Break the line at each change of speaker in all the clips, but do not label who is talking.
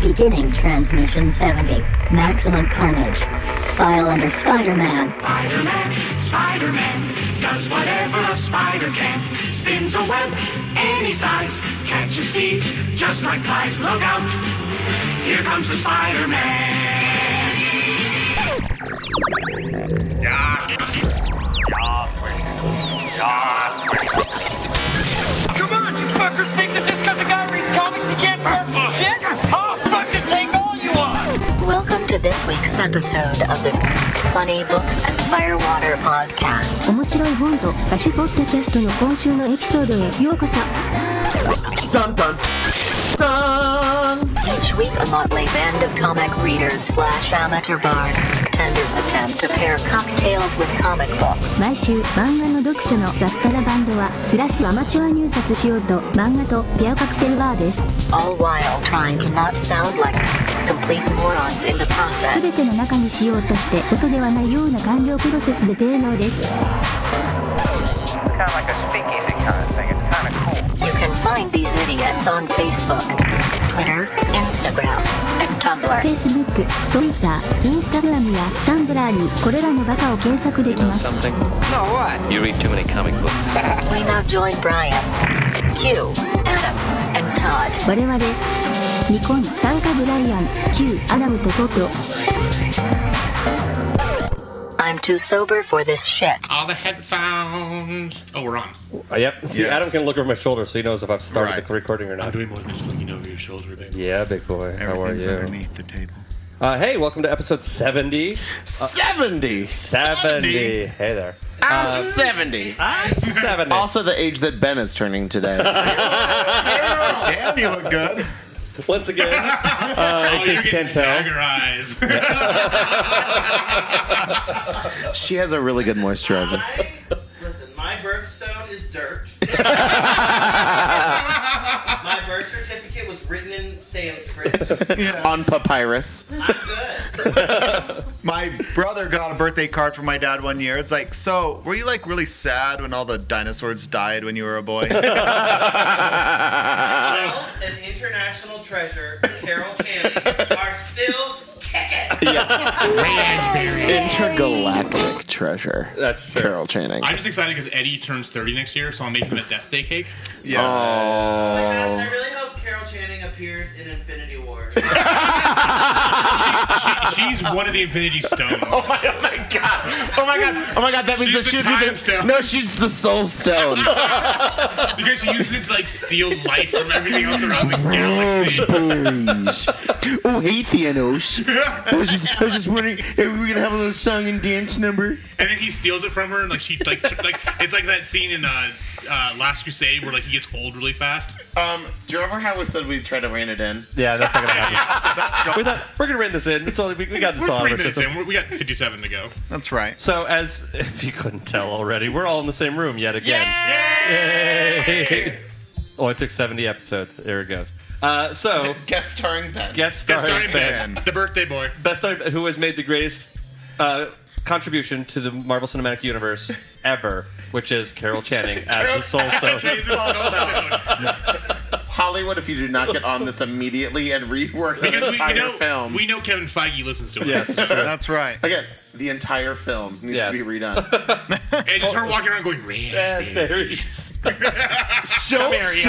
Beginning transmission 70. Maximum carnage. File under Spider-Man.
Spider-Man, Spider-Man does whatever a spider can. Spins a web any size, catches thieves just like flies. Look out! Here comes the Spider-Man.
Come on, you fuckers think that just because a guy reads comics he can't start some shit? I'll fucking take all you want!
Welcome to this week's episode of the Funny Books and Firewater podcast.
面白い本と歌手ポッドキャストの今週のエピソードへようこそ
Dun dun dun!
Each week, a motley band of comic readers slash amateur bartenders attempt to pair cocktails with comic books.
毎週漫画の読者の雑多なバンドはスラッシュアマチュア入札しようと漫画とピアカクテルバーです
all while trying to not sound like complete morons in the
全
process.
ての中にしようとして音ではないような完了プロセスで芸能です
kind of like a speakeasy kind of thing. It's kind of cool.
You can find these idiots on Facebook, Twitter, Instagram, and Tumblr.
Facebook、Twitter、Instagram や Tumblr にこれらのバカを検索できます
You read too many comic books.
We now join Brian, Hugh, Adam, and Todd.
我々ニコン参加ブライアン Q アダムとトト
I'm too sober for this shit.
All the head sounds. Oh, we're on.
Uh, yep. See,
Yes.
Adam can look over my shoulder, so he knows if I've started
Right.
the recording or
I'm
not.
doing more than just looking over your shoulder, baby.
Yeah, big boy. How are
Everything's
you?
underneath the table.
Uh, hey, welcome to episode 70.
70!
70. Hey there. Uh,
I'm 70!
I'm 70.
Also, the age that Ben is turning today.
Damn, you look good.
Once again, uh,
Oh,
in case you can't tell,
Categorize.
she has a really good moisturizer.
Listen, my birthstone is dirt. my birth certificate was written in Sanskrit.
Yes.
On papyrus.
I'm good.
my brother got a birthday card from my dad one year. It's like, so were you like really sad when all the dinosaurs died when you were a boy?
Oh
Uh,
Well, an international treasure, Carol Channing, are still kicking.
Raspberry.
Intergalactic treasure.
that's true.
Carol Channing.
I'm just excited because Eddie turns 30 next year, so I'll make him a death day cake.
yes.
Oh my gosh, I really hope Carol Channing appears in Infinity War.
She, she's one of the Infinity Stones.
Oh my god! Oh my god! Oh my god! That means
She's
that she
the
would be
time stone.
No, she's the soul stone.
Because she uses it to like steal life from everything else around the galaxy.
oh, hey Thanos! I was just, I was just wondering if we were gonna have a little song and dance number.
And then he steals it from her, and like she like tr- like it's like that scene in uh, uh, Last Crusade where like he gets old really fast.
Um, do you remember how we said we'd try to rein it in?
Yeah, that's not going to happen. we thought, we're going to rein this in. It's only, we, we got this
We're
all
three
on our
minutes
system.
in. We're- We got 57 to go.
That's right.
So, as if you couldn't tell already, we're all in the same room yet again. Yay! oh, it took 70 episodes. There it goes. Uh, so,
Guest starring Ben.
guest
That's
starring Ben.
Ben, the birthday boy.
best time, who has made the greatest uh, contribution to the Marvel Cinematic Universe ever, which is Carol Channing as the Soul Stone.
Jesus, no,
Hollywood, if you do not get on this immediately and rework the
Because we,
entire
we know
film.
we know Kevin Feige listens to us.
yes,
That's right.
Again, the entire film needs
Yes.
to be redone.
And just her walking around going, "Red."
that's very.
Show I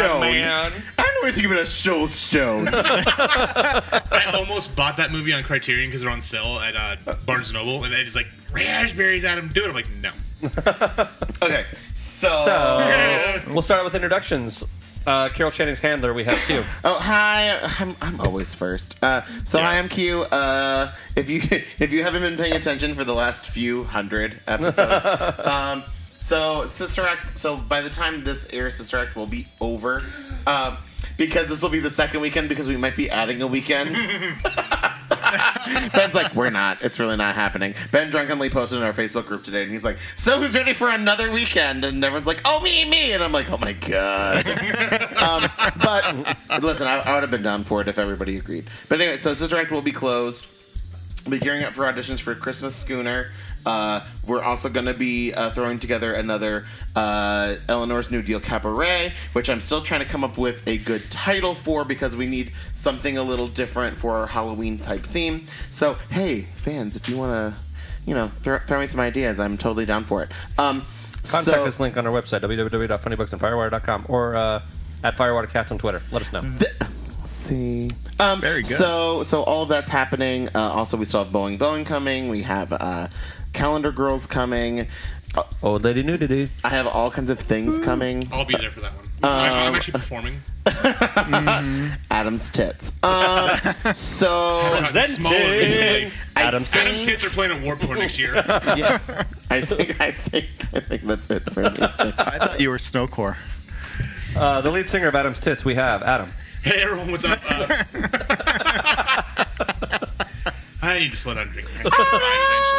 don't know anything about a soul stone.
I almost bought that movie on Criterion because they're on sale at uh, Barnes Noble, and Eddie's like, "Raspberries, Adam, do it." I'm like, "No."
okay, so,
Uh, We'll start out with introductions. Uh, Carol Channing's handler, we have Q.
oh hi, I'm, I'm always first. Uh, so hi,
Yes.
I'm Q. Uh, if you if you haven't been paying attention for the last few hundred episodes, um, so Sister Act. So by the time this airs, Sister Act will be over. Um, because this will be the second weekend because we might be adding a weekend. Ben's like, we're not. It's really not happening. Ben drunkenly posted in our Facebook group today, and he's like, so who's ready for another weekend? And everyone's like, oh, me, me. And I'm like, oh my God. um, but listen, I, I would have been down for it if everybody agreed. But anyway, so Sister Act will be closed. We'll be gearing up for auditions for Christmas Schooner. Uh, we're also going to be uh, throwing together another uh, Eleanor's New Deal Cabaret, which I'm still trying to come up with a good title for because we need something a little different for our Halloween type theme. So, hey, fans, if you want to, you know, throw, throw me some ideas, I'm totally down for it. Um,
Contact
so-
us link on our website, www.funnybooksandfirewire.com, or uh, at Firewatercast on Twitter. Let us know.
see. Um, Very
good.
So, so all of that's happening. Uh, also, we still have Boeing Boeing coming. We have uh, Calendar Girls coming.
Old Lady Nudity.
I have all kinds of things coming.
I'll be there for that one. I, I'm
Um,
actually performing.
Adam's tits. Um, so
Presenting Smaller recently.
Adam's
Adam's tits are playing at Warped Tour next year.
yeah, I think I think I think that's it for me. I
thought you were Snowcore.
Uh, the lead singer of Adam's Tits, we have Adam.
Hey everyone, what's up? Uh, I need to slow down drinking. I'll cry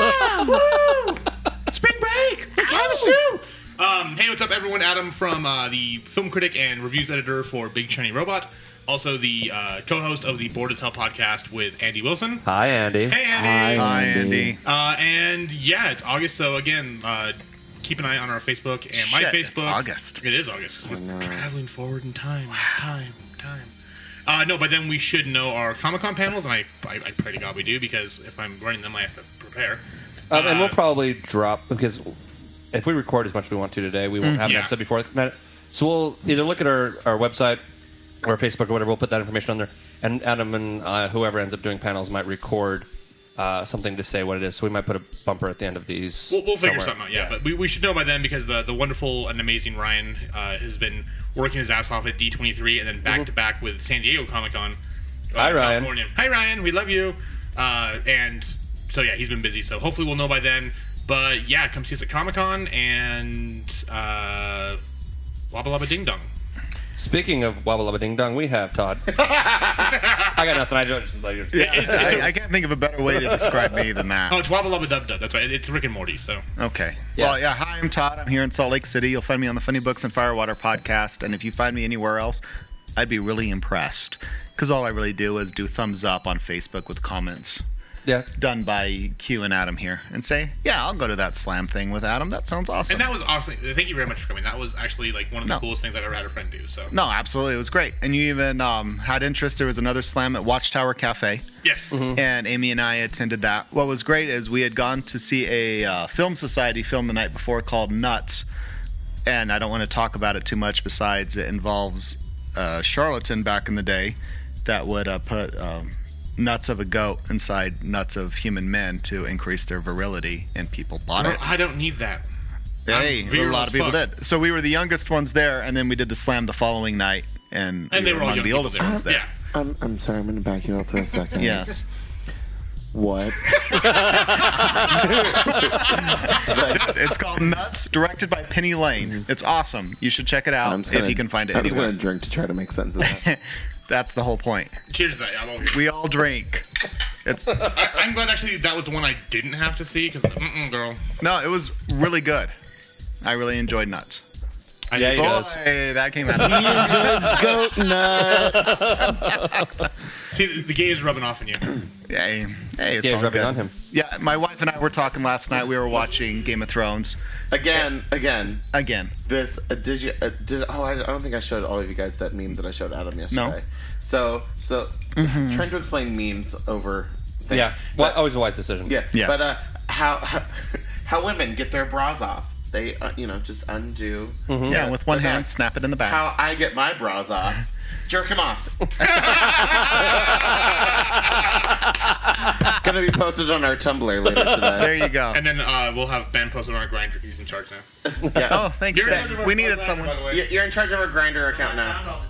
eventually. Oh, Spring break. I have a soup. Um, hey, what's up, everyone? Adam from uh, the film critic and reviews editor for Big Shiny Robot, also the uh, co-host of the Bored as Hell podcast with Andy Wilson.
Hi, Andy.
Hey, Andy. Uh, and yeah, it's August, so again, uh, keep an eye on our Facebook and my
Shit, it's
Facebook. August. It is August. 'cause we're traveling forward in time, time, time. Uh, no, but then we should know our Comic Con panels, and I, I, I pray to God we do because if I'm running them, I have to prepare.
Um, and we'll probably drop because if we record as much as we want to today, we won't
Mm.
have
Yeah.
an episode before. that. So we'll either look at our, our website or Facebook or whatever. We'll put that information on there, and Adam and uh, whoever ends up doing panels might record uh, something to say what it is. So we might put a bumper at the end of these.
We'll, we'll figure
somewhere.
something out, yeah. But we, we should know by then because the, the wonderful and amazing Ryan uh, has been working his ass off at D23 and then back to back with San Diego Comic Con.
Hi, Ryan.
California. Hi, Ryan. We love you. Uh, and so, yeah, he's been busy. So hopefully we'll know by then. But yeah, come see us at Comic Con and uh, Wabba Lobba Ding Dong.
Speaking of wabba lubba ding dong, we have Todd. I got nothing. I don't. Like,
I, I can't think of a better way to describe me than that.
Oh, it's Wabba Lubba Dub Dub. That's right. It's Rick and Morty. So
Okay. Well, yeah. Hi, I'm Todd. I'm here in Salt Lake City. You'll find me on the Funny Books and Firewater podcast. And if you find me anywhere else, I'd be really impressed. Because all I really do is do thumbs up on Facebook with comments.
Yeah.
Done by Q and Adam here. And say, yeah, I'll go to that slam thing with Adam. That sounds awesome.
And that was awesome. Thank you very much for coming. That was actually like one of the coolest things I've ever had a friend do. So
No, absolutely. It was great. And you even um, had interest. There was another slam at Watchtower Cafe.
Yes.
And Amy and I attended that. What was great is we had gone to see a uh, film society film the night before called Nuts. And I don't want to talk about it too much, besides, it involves uh, a charlatan back in the day that would uh, put um, nuts of a goat inside nuts of human men to increase their virility, and people bought
No,
it.
I don't need that.
Hey,
I'm
a
virile
lot
as
of people
fuck.
did. So we were the youngest ones there, and then we did the slam the following night, and,
And
we
they were all
among
young
the
people
oldest
there.
ones there.
Yeah.
I'm I'm sorry. I'm going to back you up for a second.
Yes.
What?
it's called Nuts, directed by Penny Lane. It's awesome. You should check it out
I'm just
if
gonna-
you can find it
I'm just
anywhere.
going to drink to try to make sense of that.
That's the whole point.
Cheers to that. I'm over here.
We all drink. It's
I, I'm glad actually that was the one I didn't have to see because mm-mm, girl.
no, Oh, it was really good. I really enjoyed Nuts.
Yeah, he
Boy,
does.
that came out.
He enjoys goat
nuts.
See, the, the gay is rubbing off on you.
Oh. Hey, hey, it's
Yeah,
all
rubbing
good.
on him.
Yeah, my wife and I were talking last night. We were watching Game of Thrones
again, again,
again.
This uh, did you? Uh, did oh, I, I don't think I showed all of you guys that meme that I showed Adam yesterday.
No.
So so
Mm-hmm.
trying to explain memes over. Thing.
yeah. Well, always a wise decision.
Yeah. But uh, how, how women get their bras off? They uh, you know just undo.
Mhm. Yeah, with one hand, snap it in the back.
How I get my bras off? Jerk him off. Gonna be posted on our Tumblr later today.
And then uh, we'll have Ben posted on our grinder. He's in charge now.
Oh, thanks,
You're in
Ben.
charge of our
We
grinder,
needed
by
someone.
the way.
Y- You're in charge of our grinder account now.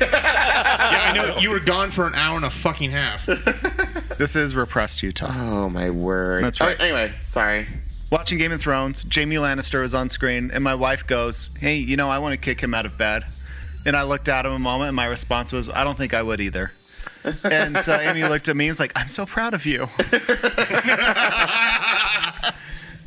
yeah, I know. You were gone for an hour and a fucking half.
This is repressed Utah.
Oh my word.
That's right.
Oh, anyway, sorry.
Watching Game of Thrones, Jamie Lannister is on screen, and my wife goes, "Hey, you know, I want to kick him out of bed." And I looked at him a moment, and my response was, "I don't think I would either." And so Amy looked at me and was like, "I'm so proud of you."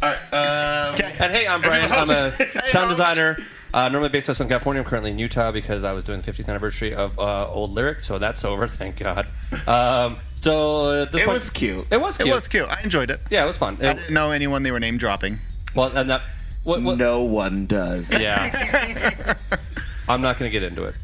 All right. Um,
And hey, I'm Brian. I'm a sound designer. Uh, normally based out in California, I'm currently in Utah because I was doing the 50th anniversary of uh, Old Lyric, so that's over, thank God. Um, still at this
It
point,
was cute.
It was
It
cute.
was cute. I enjoyed it.
Yeah, it was fun.
I didn't know anyone they were name dropping.
Well, and that. What, what?
No one does.
Yeah. I'm not going to get into it.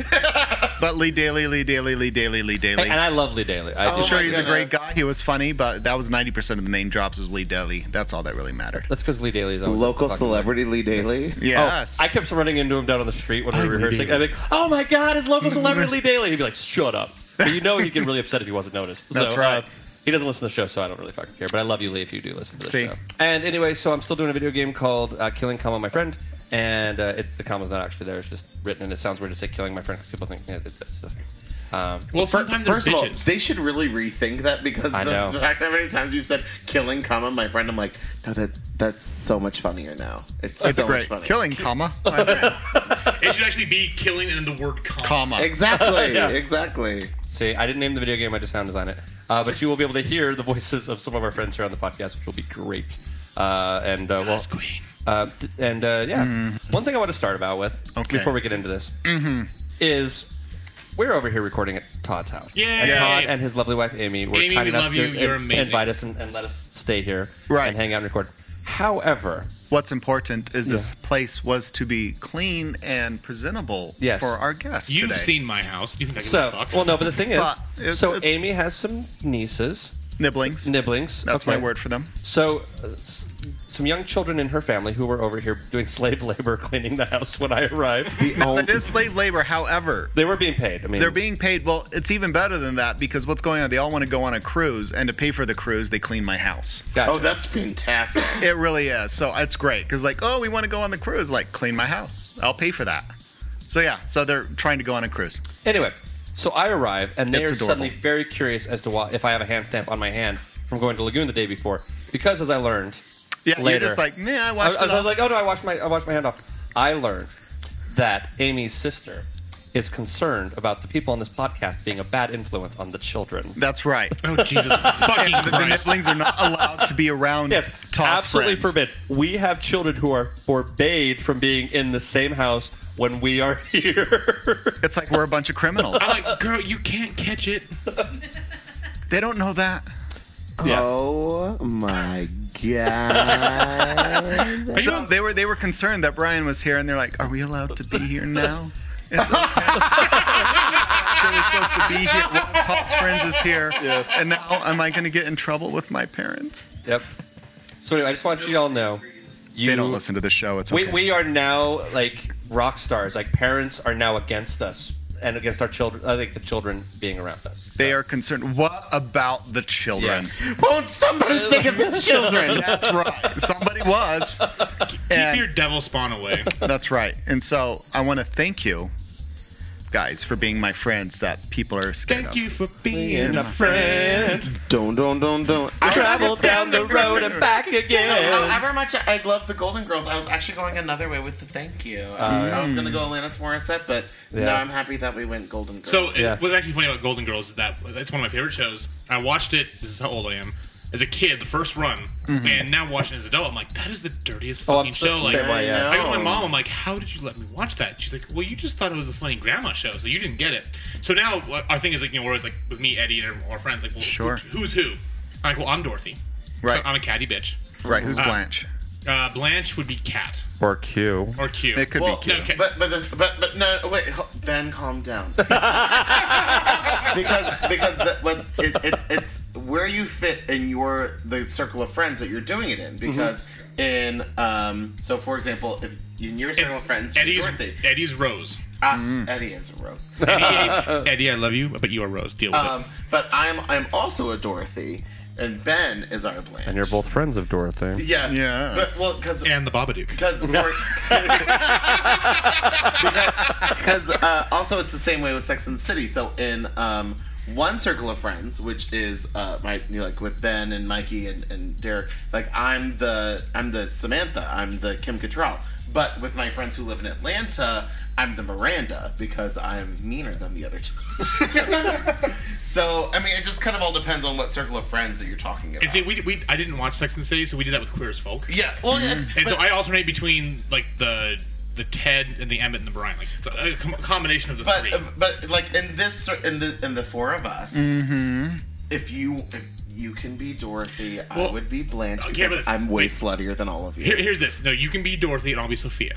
But Lee Daly, Lee Daly, Lee Daly, Lee Daly.
And I love Lee Daly. I
I'm
do.
sure
Oh my
he's a great
goodness.
guy. He was funny, but that was 90% of the name drops was Lee Daly. That's all that really mattered.
That's because Lee Daly's always
Local celebrity Lee Daly.
Yes.
Oh, I kept running into him down on the street when we
I'm
were rehearsing.
Lee
I'd be like, oh my God, it's local celebrity Lee Daly. He'd be like, shut up. But you know he'd get really upset if he wasn't noticed.
That's
so,
right.
Uh, he doesn't listen to the show, so I don't really fucking care. But I love you, Lee, if you do listen to the
See.
show. And anyway, so I'm still doing a video game called uh, Killing Comma My Friend. And uh, it, the comma's not actually there. It's just written, and it sounds weird to say Killing My Friend because people think yeah, it's, it's just. Um,
Fir- first of all, they should really rethink that because
I
the,
know.
the fact that many times you've said "killing, comma my friend," I'm like, no, that that's so much funnier now. It's,
It's
so
great.
much funnier.
Killing, comma.
It should actually be killing and the word comma.
Exactly.
Yeah.
Exactly.
See, I didn't name the video game; I just sound designed it. Uh, but you will be able to hear the voices of some of our friends here on the podcast, which will be great. Uh, and uh, well, uh, d- and uh, yeah, one thing I want to start about with
Mm-hmm. Okay.
before we get into this
Mm-hmm.
is we're over here recording at Todd's house.
Yay!
And Todd and his lovely wife Amy were
Amy,
kind
we
enough
love
to
you.
in-
You're amazing.
invite us and, and let us stay here
Right.
and hang out and record. However,
What's important is this place was to be clean and presentable
Yes.
for our guests
You've
today.
seen my house. You think I give
So,
a fuck?
well, no, but the thing is,
But it's-
so Amy has some nieces,
nibblings,
nibblings.
That's my
okay.
word for them.
So, uh, s- some young children in her family who were over here doing slave labor cleaning the house when I arrived.
No, it is slave labor. However,
they were being paid. I mean,
they're being paid. Well, it's even better than that because what's going on? They all want to go on a cruise, and to pay for the cruise, they clean my house.
Gotcha.
Oh, that's fantastic.
It really is. So it's great because, like, oh, we want to go on the cruise. Like, clean my house. I'll pay for that. So yeah, so they're trying to go on a cruise.
Anyway, so I arrive and they're
It's adorable.
suddenly very curious as to why if I have a hand stamp on my hand from going to Lagoon the day before because as I learned
Yeah,
later,
you're just like, nah, I watched
I,
it.
I
all."
was like, oh no, I washed my I washed my hand off. I learned that Amy's sister is concerned about the people on this podcast being a bad influence on the children.
That's right.
Oh Jesus! fucking
the, the nibblings are not allowed to be around.
Yes,
Todd's
absolutely
friends.
forbid. We have children who are forbade from being in the same house when we are here.
It's like we're a bunch of criminals.
I'm like, girl, you can't catch it.
they don't know that.
Oh my god.
So they were they were concerned that Brian was here, and they're like, "Are we allowed to be here now?" It's okay. Sure, we're supposed to be here. Well, Todd's friends is here, and now am I going to get in trouble with my parents?
yep. So anyway, I just want you all to know. You,
They don't listen to the show. It's
We,
okay.
we are now like rock stars. Like parents are now against us and against our children. I think the children being around us.
they are concerned. What about the children?
Yes.
Won't somebody think of the children?
That's right. Somebody was.
Keep
And-
your devil spawn away.
That's right. And so I want to thank you guys for being my friends that people are scared
Thank
of.
you for
Being
being
a
a
friend,
Don't, don't, don't, don't.
I travel down the road and back
So,
again.
however much I love the Golden Girls, I was actually going another way with the thank you. Uh, I was going to go Alanis Morissette, but
Yeah.
now I'm happy that we went Golden Girls.
So it-
Yeah.
what's actually funny about Golden Girls is that it's one of my favorite shows. I watched it. This is how old I am. As a kid, the first run,
Mm-hmm.
and now watching it as an adult, I'm like, that is the dirtiest
Oh, I'm
fucking
so-
show. Like,
same way, yeah.
I go to my mom, I'm like, how did you let me watch that? She's like, well, you just thought it was a funny grandma show, so you didn't get it. So now what- our thing is like, you know, we're always like with me, Eddie, and our friends, like, well,
Sure.
who's who? I'm like, well, I'm Dorothy.
Right.
So I'm a catty bitch.
Right. Who's
Uh,
Blanche?
Uh, Blanche would be Cat
Or Q.
or Q.
It could
well,
be Q.
no, Cat.
But but the, but but no wait ho- Ben calm down because because the, what it, it's it's where you fit in your the circle of friends that you're doing it in because in um so for example if in your circle of friends you're
Eddie's,
Dorothy
Eddie's Rose.
ah, Eddie is a rose
Eddie, Eddie, I love you, but you are Rose. Deal with
um but I'm I'm also a Dorothy and Ben is our Blanche
And you're both friends of Dorothy.
yes
Yes.
but, well because
it. And the Babadook.
Because because uh, also it's the same way with Sex and the City. So in um, one circle of friends, which is uh, my you know, like with Ben and Mikey and, and Derek, like I'm the I'm the Samantha, I'm the Kim Cattrall. But with my friends who live in Atlanta, I'm the Miranda because I'm meaner than the other two. so I mean, it just kind of all depends on what circle of friends that you're talking about.
And see, we, we I didn't watch Sex and the City, so we did that with Queer as Folk.
yeah, well, yeah,
And so I alternate between like the the Ted and the Emmett and the Brian, like it's a, a com- combination of the
But um,
three.
Mm-hmm.
but like in this in the in the four of us, If you if you can be Dorothy, I
Well,
would be Blanche.
okay,
because
but listen,
I'm way sluttier than all of you.
Here, here's this. No, you can be Dorothy and I'll be Sophia.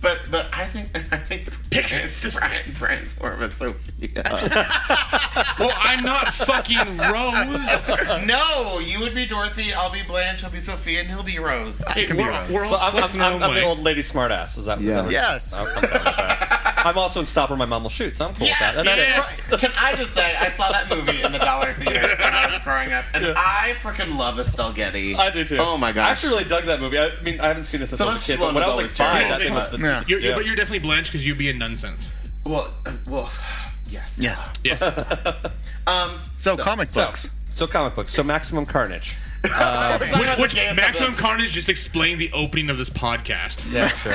but but I think I think picture Brian, Brian's more of a Sophia.
well, I'm not fucking Rose.
no, you would be Dorothy. I'll be Blanche. I'll be Sophia, and he'll be Rose.
Hey, we're- we're all So I'm- sluts I'm- in our I'm- own I'm the way. old lady smartass. Is that?
Yeah.
that
Yes.
I'm, I'm fine with that. I'm also in Stop or My Mom Will Shoot, so I'm cool with that. And that is-
Can I just say I saw that movie in the Dollar Theater when I was growing up, and I freaking love Estelle Getty.
I do too.
Oh my
I
gosh.
actually really dug that movie. I mean, I haven't seen it since I was a kid, but when I was like five, that thing was the.
Yeah. You're,
yeah.
But you're definitely Blanche because you'd be in nonsense.
Well, uh, well, yes.
Yes.
Yes.
um.
So, comic books.
So, comic books. So Maximum Carnage.
Uh, which which Maximum Carnage just explained the opening of this podcast.
Yeah, sure.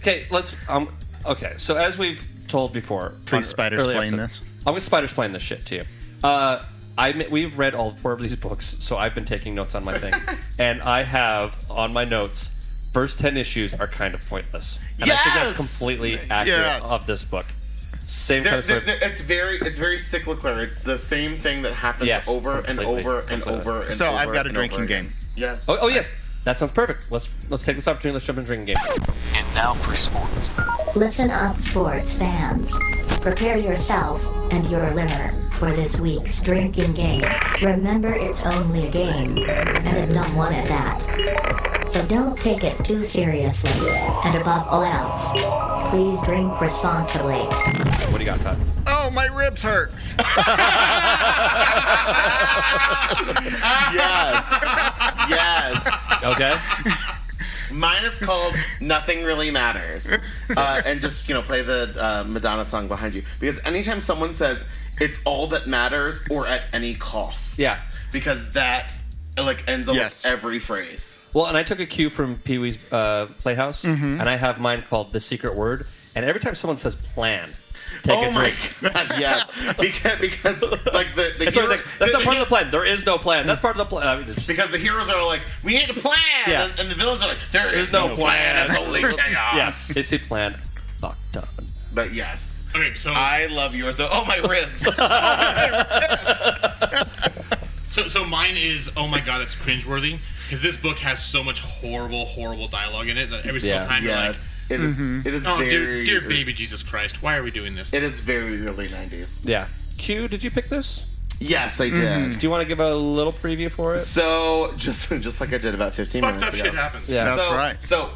Okay, let's. Um, okay, so as we've told before,
Please spider-splain this.
I'm gonna spider explain this shit to you. Uh, I admit- we've read all four of these books, so I've been taking notes on my thing, and I have on my notes. First ten issues are kind of pointless, and I think
Yes!
that's completely accurate
Yes.
of this book. Same
They're-
kind of
they're-
story.
they're- it's very it's very cyclical. It's the same thing that happens
Yes,
over and
completely,
over and
completely.
over. And
So I've
over
got a
and
drinking
over again.
game.
Yes.
Oh, oh yes, that sounds perfect. Let's let's take this opportunity. Let's jump in drinking game. And now for sports.
Listen up, sports fans. Prepare yourself and your liver for this week's drinking game. Remember, it's only a game, and a dumb one at that. So don't take it too seriously. And above all else, please drink responsibly.
What do you got, Todd?
Oh, my ribs hurt.
yes. Yes.
Okay.
Mine is called "Nothing Really Matters," uh, and just you know play the uh, Madonna song behind you because anytime someone says "It's all that matters" or at any cost,
Yeah.
because that like ends almost
Yes.
every phrase.
Well, and I took a cue from Pee Wee's uh, Playhouse,
Mhm.
and I have mine called The Secret Word. And every time someone says plan, take
oh
a
my
drink.
god! Yes, because, because like the, the
It's always
hero-
like, that's not part of the plan. There is no plan. That's part of the plan. I mean, it's-
because the heroes are like, we need a plan,
Yeah.
and, and the villains are like, there
There's
is
no
no, plan. It's
plan.
only chaos.
yes, it's a plan. Fucked up.
But yes.
Okay, so
I love yours though. Oh my ribs.
So, so mine is oh my god, that's cringeworthy because this book has so much horrible, horrible dialogue in it that every single
Yeah.
time
Yes.
you're
It
like,
is- Mhm. it is
oh,
very-
dear, dear baby Jesus Christ, why are we doing this?
it is very early '90s.
Yeah. Q, did you pick this?
Yes, I did.
Do you want to give a little preview for it?
So just just like I did about 15
Fucked
minutes
up
ago.
shit happens. Yeah. That's
so,
right.
So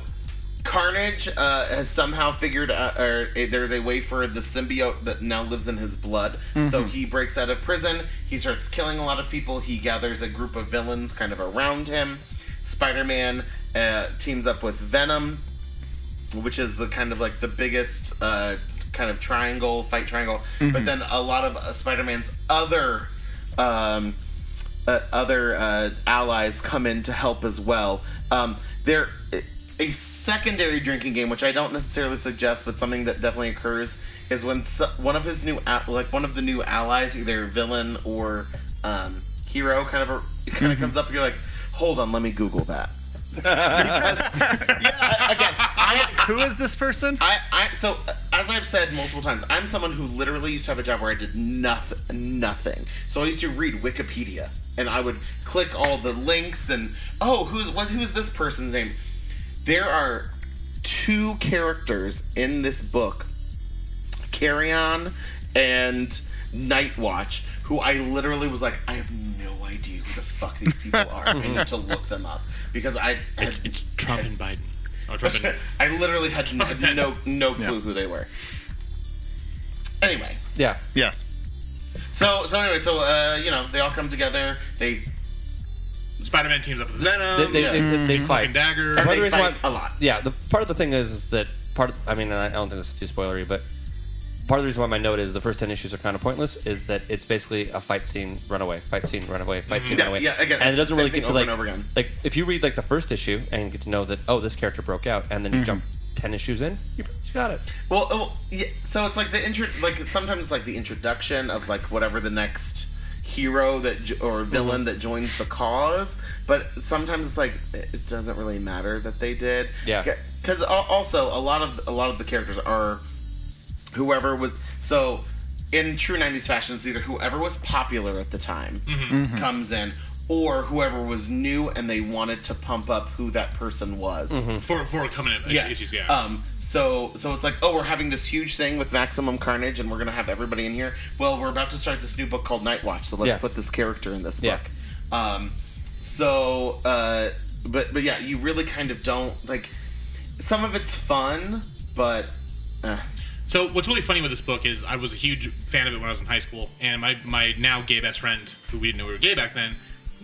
Carnage uh, has somehow figured out, or a, there's a way for the symbiote that now lives in his blood. So
Mm-hmm.
Mhm.
he breaks out of prison. He starts killing a lot of people. He gathers a group of villains kind of around him. Spider-Man uh, teams up with Venom, which is the kind of like the biggest uh, kind of triangle fight triangle. But
Mm-hmm.
Mhm.
then a lot of uh, Spider-Man's other um, uh, other uh, allies come in to help as well. Um, there a secondary drinking game, which I don't necessarily suggest, but something that definitely occurs is when so, one of his new a- like one of the new allies, either villain or um, hero, kind of a, kind of comes up. and You're like, hold on, let me Google that.
Who is this person?
I, I so uh, as I've said multiple times, I'm someone who literally used to have a job where I did nothing, nothing. So I used to read Wikipedia, and I would click all the links and oh, who's what? Who's this person's name? There are two characters in this book, Carrion and Night Watch, who I literally was like, I have no idea who the fuck these people are. I need to look them up because I, I
It's, it's Trump and Biden. Oh, Trump and
I literally had no no, no clue who they were. Anyway,
Yeah.
Yes.
so so anyway, so uh, you know they all come together. They
Spider-Man teams up with
They,
Venom.
they,
yeah.
they, they, they fight.
dagger.
And
And part of the
they
reason
fight
why-
a lot.
Yeah, the part of the thing is that part. Of, I mean, I don't think this is too spoilery, but part of the reason why my note is the first ten issues are kind of pointless is that it's basically a fight scene, runaway, fight scene, runaway, fight scene,
Yeah,
runaway.
Mm-hmm. yeah, again,
and it doesn't
same
really
thing
get to
over
like,
and over again.
like if you read like the first issue and get to know that oh this character broke out, and then you
Mhm.
jump ten issues in, you got it.
Well, oh, yeah, so it's like the intro, like sometimes it's like the introduction of like whatever the next hero that jo- or villain that joins the cause, but sometimes it's like it it doesn't really matter that they did.
Yeah.
Because also a lot of a lot of the characters are whoever was so in true 90s fashion, it's either whoever was popular at the time
Mhm. Mhm.
comes in, or whoever was new and they wanted to pump up who that person was.
For for coming in
Yeah.
issues, yeah.
Um, so so it's like, oh, we're having this huge thing with Maximum Carnage, and we're gonna have everybody in here. Well, we're about to start this new book called Night Watch, so let's
Yeah.
put this character in this
Yeah.
book. Um, so, uh, but but yeah, you really kind of don't like. Some of it's fun, but uh,
So what's really funny with this book is I was a huge fan of it when I was in high school, and my, my now gay best friend, who we didn't know we were gay back then,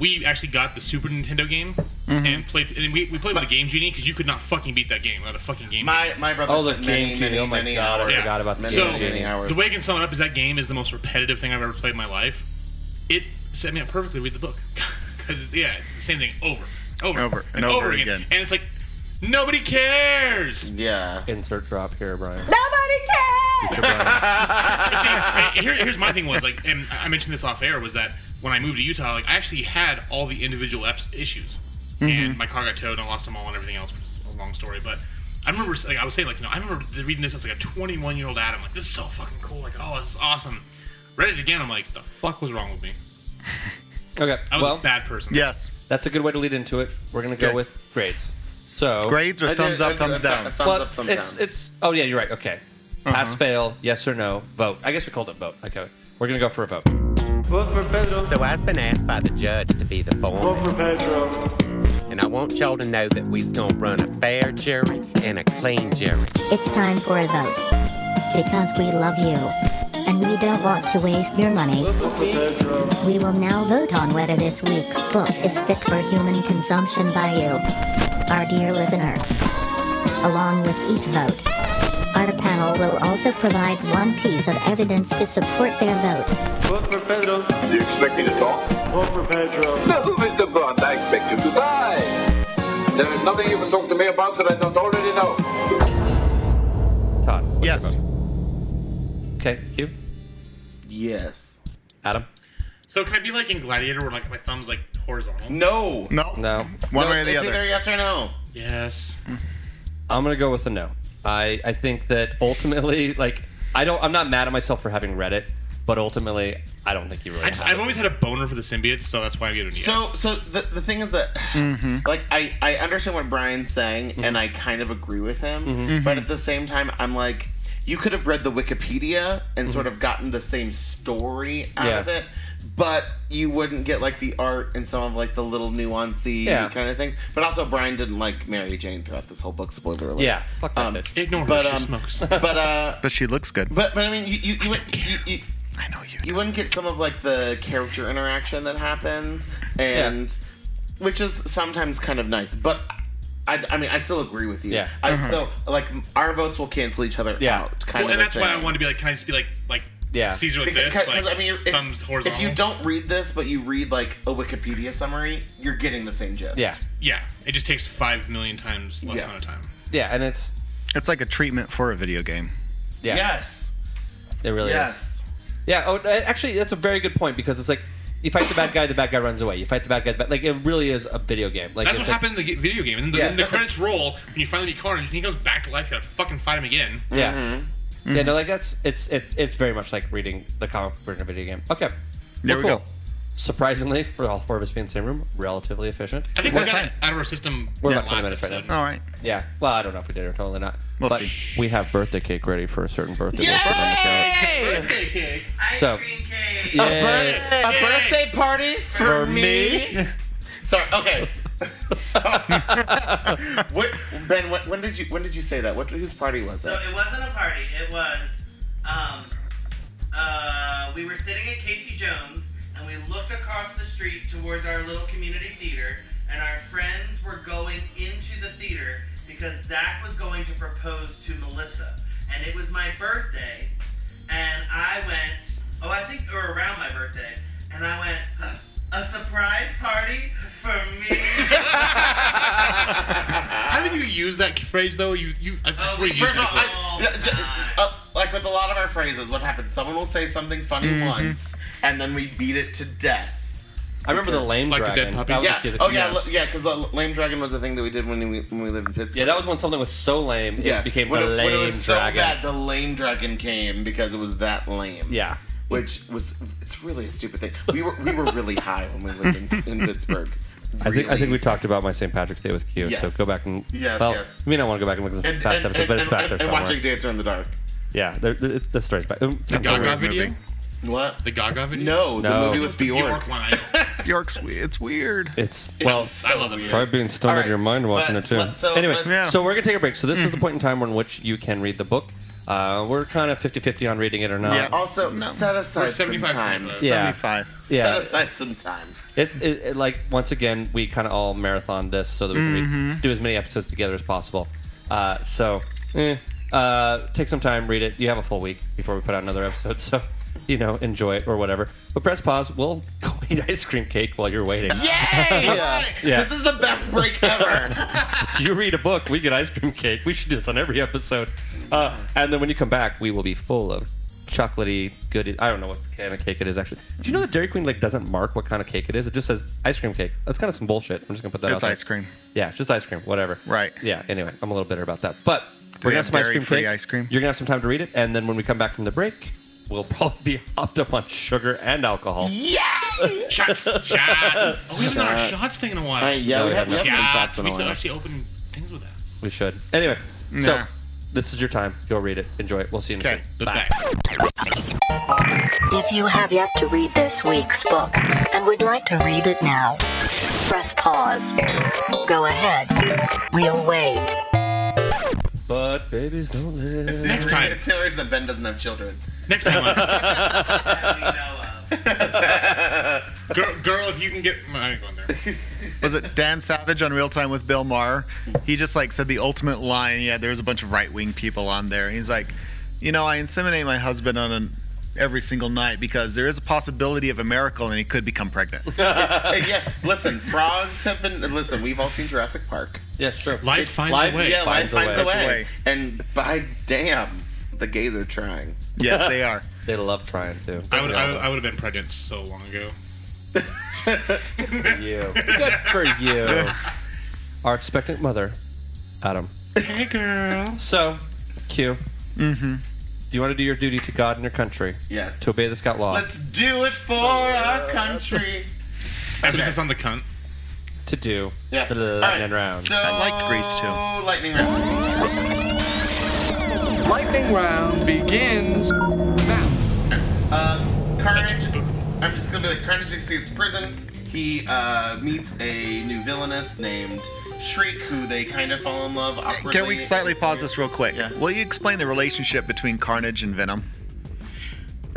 we actually got the Super Nintendo game
Mm-hmm.
and played, and we, we played with the Game Genie because you could not fucking beat that game without a fucking Game.
My-
Genie.
my brother Oh, the spent many, Game Genie. many, Oh my many God, I hours- forgot about the many,
so,
Game Genie hours.
The way I can sum it up is that game is the most repetitive thing I've ever played in my life. It set me up perfectly to read the book because yeah, same thing over, over,
Over and over again.
and it's like nobody cares.
Yeah.
Insert drop here, Brian.
Nobody cares. See, here, here's my thing was like, and I mentioned this off air was that when I moved to Utah, like I actually had all the individual ep- issues,
Mm-hmm.
and my car got towed and I lost them all and everything else, which is a long story. But I remember, like I was saying, like you know, I remember reading this as like a 21 year old Adam, like this is so fucking cool, like oh this is awesome. Read it again, I'm like the fuck was wrong with me?
Okay.
I was
well,
a bad person.
Yes.
That's a good way to lead into it. We're gonna go
Okay.
with grades. So
Grades or I did- thumbs up, I- I- thumbs I- down? I- thumbs
Well,
up, thumbs
it's,
down.
It's oh yeah, you're right. Okay. Pass, fail, yes or no, vote. I guess we called it vote. Okay. We're gonna go for a vote.
So I've been asked by the judge to be the foreman. And I want y'all to know that we's gonna run a fair jury and a clean jury.
It's time for a vote. Because we love you. And we don't want to waste your money. We will now vote on whether this week's book is fit for human consumption by you, our dear listener. Along with each vote, our panel will also provide one piece of evidence to support their vote.
Vote for Pedro. Do you expect me to talk? Vote for Pedro. No, Mr. Bond, I expect you to die. There is nothing you can talk to me about that I don't already know.
Todd. what's
Yes.
your vote? Okay. You.
Yes.
Adam.
So can I be like in Gladiator where like my thumbs like horizontal?
Mm. No.
No.
No.
no, it's, it's either yes or no.
Yes.
I'm gonna go with a no. I I think that ultimately, like, I don't. I'm not mad at myself for having read it, but ultimately, I don't think you really.
I just,
have
I've
it.
always had a boner for the symbiote, so that's why I get an yes.
So so the, the thing is that like I, I understand what Brian's saying and I kind of agree with him,
Mhm.
but at the same time I'm like you could have read the Wikipedia and sort of gotten the same story out
Yeah.
of it, but you wouldn't get like the art and some of like the little nuancy
Yeah.
kind of thing. But also Brian didn't like Mary Jane throughout this whole book. Spoiler alert.
Yeah, fuck that
Um,
bitch.
Ignore
but,
her.
um,
she smokes.
But uh,
But she looks good.
But but I mean, you you, you, would- you, you I know you. You wouldn't get some of like the character interaction that happens, and which is sometimes kind of nice. But I, I mean, I still agree with you.
Yeah.
I,
Mhm.
So like our votes will cancel each other
Yeah.
out. Kind
Mm-hmm. well,
of.
and
a
that's why I
thing.
wanted to be like, can I just be like, like
Yeah.
Caesar with
Because-
this?
'cause,
Like,
I mean, you're-
thumbs
If
horizontal.
you don't read this, but you read like a Wikipedia summary, you're getting the same gist.
yeah, it just takes five million times less
Yeah.
amount of time.
Yeah, and it's
it's like a treatment for a video game.
Yeah.
Yes.
It really
Yes.
is. Yeah. Oh, uh, actually, that's a very good point because it's like you fight the bad guy, the bad guy runs away. You fight the bad guy, the bad, like it really is a video game. Like
that's what
it's like,
happened in the ge- video game, and then the,
Yeah.
then the credits roll, and you finally meet Carnage, and he goes back to life. You gotta fucking fight him again.
Yeah.
Mm-hmm.
Yeah. No, like that's it's it's it's very much like reading the comic book version of a video game. Okay.
There
Well,
we
cool.
go.
Surprisingly, for all four of us being in the same room, relatively efficient.
I think we got it out of our system.
We're
that
about 20
last
minutes right
episode.
now. Yeah. Well, I don't know if we did or totally not.
We'll
but
see.
We have birthday cake ready for a certain birthday. we'll put on the couch.
Yay!
So.
A,
Yay.
bir- a birthday party for,
For
me?
me?
Sorry. Okay. so, what, ben, what, when did you when did you say that? What whose party was it?
So it wasn't a party. It was, um, uh, we were sitting at Casey Jones and we looked across the street towards our little community theater, and our friends were going into the theater because Zach was going to propose to Melissa, and it was my birthday, and I went, oh, I think or around my birthday, and I went. A surprise party for me.
Haven't you used that phrase though? You you. I
Uh,
swear you used
first of all,
that before.
I, yeah, j- uh, like with a lot of our
Mm-hmm.
phrases, what happens? Someone will say something funny
Mhm.
once, and then we beat it to death.
I remember the lame
Like the
dragon.
dead puppies?
That was
Yeah.
a kid that-
Oh, yeah,
yes.
l- yeah, because lame dragon was a thing that we did when we, when we lived in Pittsburgh.
Yeah, that was when something was so lame it became
when
the
it-
lame
when it was
dragon.
So bad, the lame dragon came because it was that lame.
Yeah.
which was it's really a stupid thing. We were we were really high when we lived in, in Pittsburgh.
I think I think we talked about my St. Patrick's Day with Q. So
Yes.
go back and
Yes,
well,
yes.
you may not want to go back and look at the
And- and-
past episode, but it's
and-
back
and-
there
and
somewhere.
watching Dancer in the Dark.
Yeah, there, there, it's, the story's back. Um, The
Gaga video?
What
the Gaga video?
No,
the No. movie with Bjork.
Bjork one. I know.
York's we- it's weird.
It's
It's
well.
so I love it. weird.
Try being stoned out of your mind watching
but
it too.
let- so
anyway,
let's- Mm. Yeah.
so we're gonna take a break. So this is the point in time in which you can read the book. Uh, we're kind of 50-50 on reading it or not.
Yeah. Also, set aside some time.
Yeah. Yeah.
Set aside some time.
It's it, it, like once again we kind of all marathon this so that we can read,
Mm-hmm.
Mhm.
do as many episodes together as possible. Uh, so eh, uh, take some time, read it. You have a full week before we put out another episode, so you know enjoy it or whatever. But press pause. We'll go eat ice cream cake while you're waiting.
yeah.
Yeah.
This is the best break ever.
you read a book, we get ice cream cake. We should do this on every episode. Uh, and then when you come back, we will be full of chocolatey, good. I don't know what kind of cake it is actually. Do you know that Dairy Queen like doesn't mark what kind of cake it is? It just says ice cream cake. That's kind of some bullshit. I'm just gonna put that.
It's
out there.
ice cream.
Yeah, it's just ice cream. Whatever. Right. Yeah. Anyway, I'm a little bitter about that, but
They
we're gonna
have
have some ice cream
dairy-free
cake.
ice cream.
You're gonna have some time to read it, and then when we come back from the break, we'll probably be hopped up on sugar and alcohol.
Yeah.
Shots. Shots. Oh, we haven't done our
Shot.
shots thing in a while.
I- Uh, yeah, No, we we haven't haven't done done shots in a
We should
while.
actually open things with that.
We should. Anyway, so
Nah.
this is your time. Go read it. Enjoy it. We'll see you next week. Bye.
If you have yet to read this week's book and would like to read it now, press pause. Go ahead. We'll wait.
But babies don't live.
Next time. It's the reason that Ben doesn't have children.
Next time. uh, girl, girl, if you can get. I ain't going there.
was it Dan Savage on Real Time with Bill Maher? He just like said the ultimate line. Yeah, there was a bunch of right wing people on there. He's like, you know, I inseminate my husband on an, every single night because there is a possibility of a miracle and he could become pregnant.
It's- yeah, listen, frogs have been. Listen, we've all seen Jurassic Park.
Yeah, sure.
Life finds a way.
Yeah,
Finds a
life finds
way.
a way. And by damn, the gays are trying.
Yes, they are.
They love trying too.
I would, I would, I would have been pregnant so long ago.
for you. Good for you. Our expectant mother, Adam.
Hey, girl.
So, Q,
Mm-hmm.
do you want to do your duty to God and your country?
Yes.
To obey the Scott law.
Let's do it for our country.
Emphasis on the cunt.
to do
Yeah.
the lightning round.
So, Lightning round.
Lightning round begins now.
Uh, Carnage. I'm just gonna be like Carnage exceeds prison. He uh, meets a new villainess named Shriek, who they kind of fall in love awkwardly.
Can we slightly pause this real quick? Will you explain the relationship between Carnage and Venom?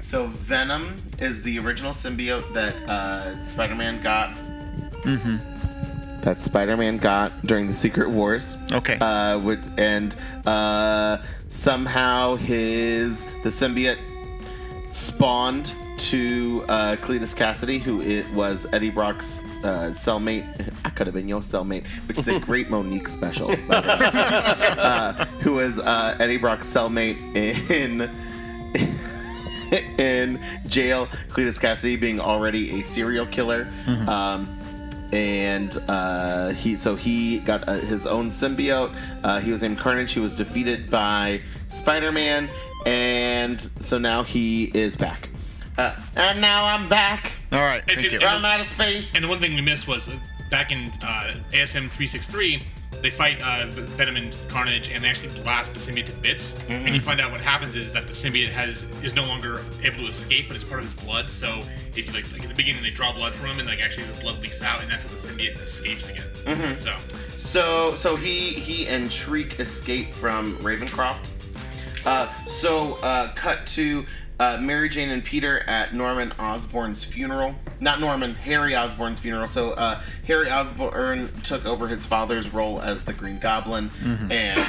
So Venom is the original symbiote that uh, Spider-Man got
Mm-hmm.
that Spider-Man got during the Secret Wars.
Okay.
Uh, with, and uh, somehow his the symbiote spawned to uh, Cletus Cassidy, who it was Eddie Brock's uh, cellmate. I could have been your cellmate, which is a great Monique special. by the way. uh, who was uh, Eddie Brock's cellmate in in jail. Cletus Cassidy being already a serial killer.
Mm-hmm.
Mhm.
Um, and uh, he so he got uh, his own symbiote. Uh, he was named Carnage. He was defeated by Spider-Man, and so now he is back. Uh, and now I'm back.
All right,
And see, and
I'm
the-
out of space.
And the one thing we missed was uh, back in uh, ASM 363, they fight uh, Venom and Carnage, and they actually blast the symbiote to bits.
Mm-hmm.
And you find out what happens is that the symbiote has is no longer able to escape, but it's part of his blood. So if you like, like at the beginning, they draw blood from him, and like actually the blood leaks out, and that's how the symbiote escapes again.
Mhm.
So
So so he he and Shriek escape from Ravencroft. Uh, so uh, cut to uh, Mary Jane and Peter at Norman Osborn's funeral. Not Norman, Harry Osborn's funeral. So uh, Harry Osborn took over his father's role as the Green Goblin,
Mhm.
and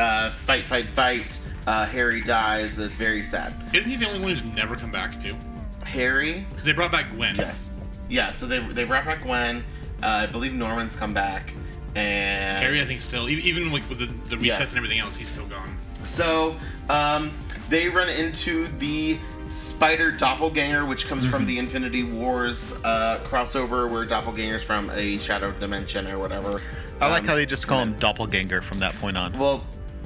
uh, fight fight fight. Uh, Harry dies. It's very sad.
isn't he the only one who's never come back to?
Harry.
They brought back Gwen.
Yes. Yeah. So they they brought back Gwen. Uh, I believe Norman's come back, and
Harry, I think still, e- even like with the, the resets
Yeah.
and everything else, he's still gone.
So um, they run into the Spider Doppelganger, which comes
Mhm.
from the Infinity Wars uh, crossover where Doppelganger's from a shadow dimension or whatever. Um,
I like how they just call him doppelganger from that point on.
Well,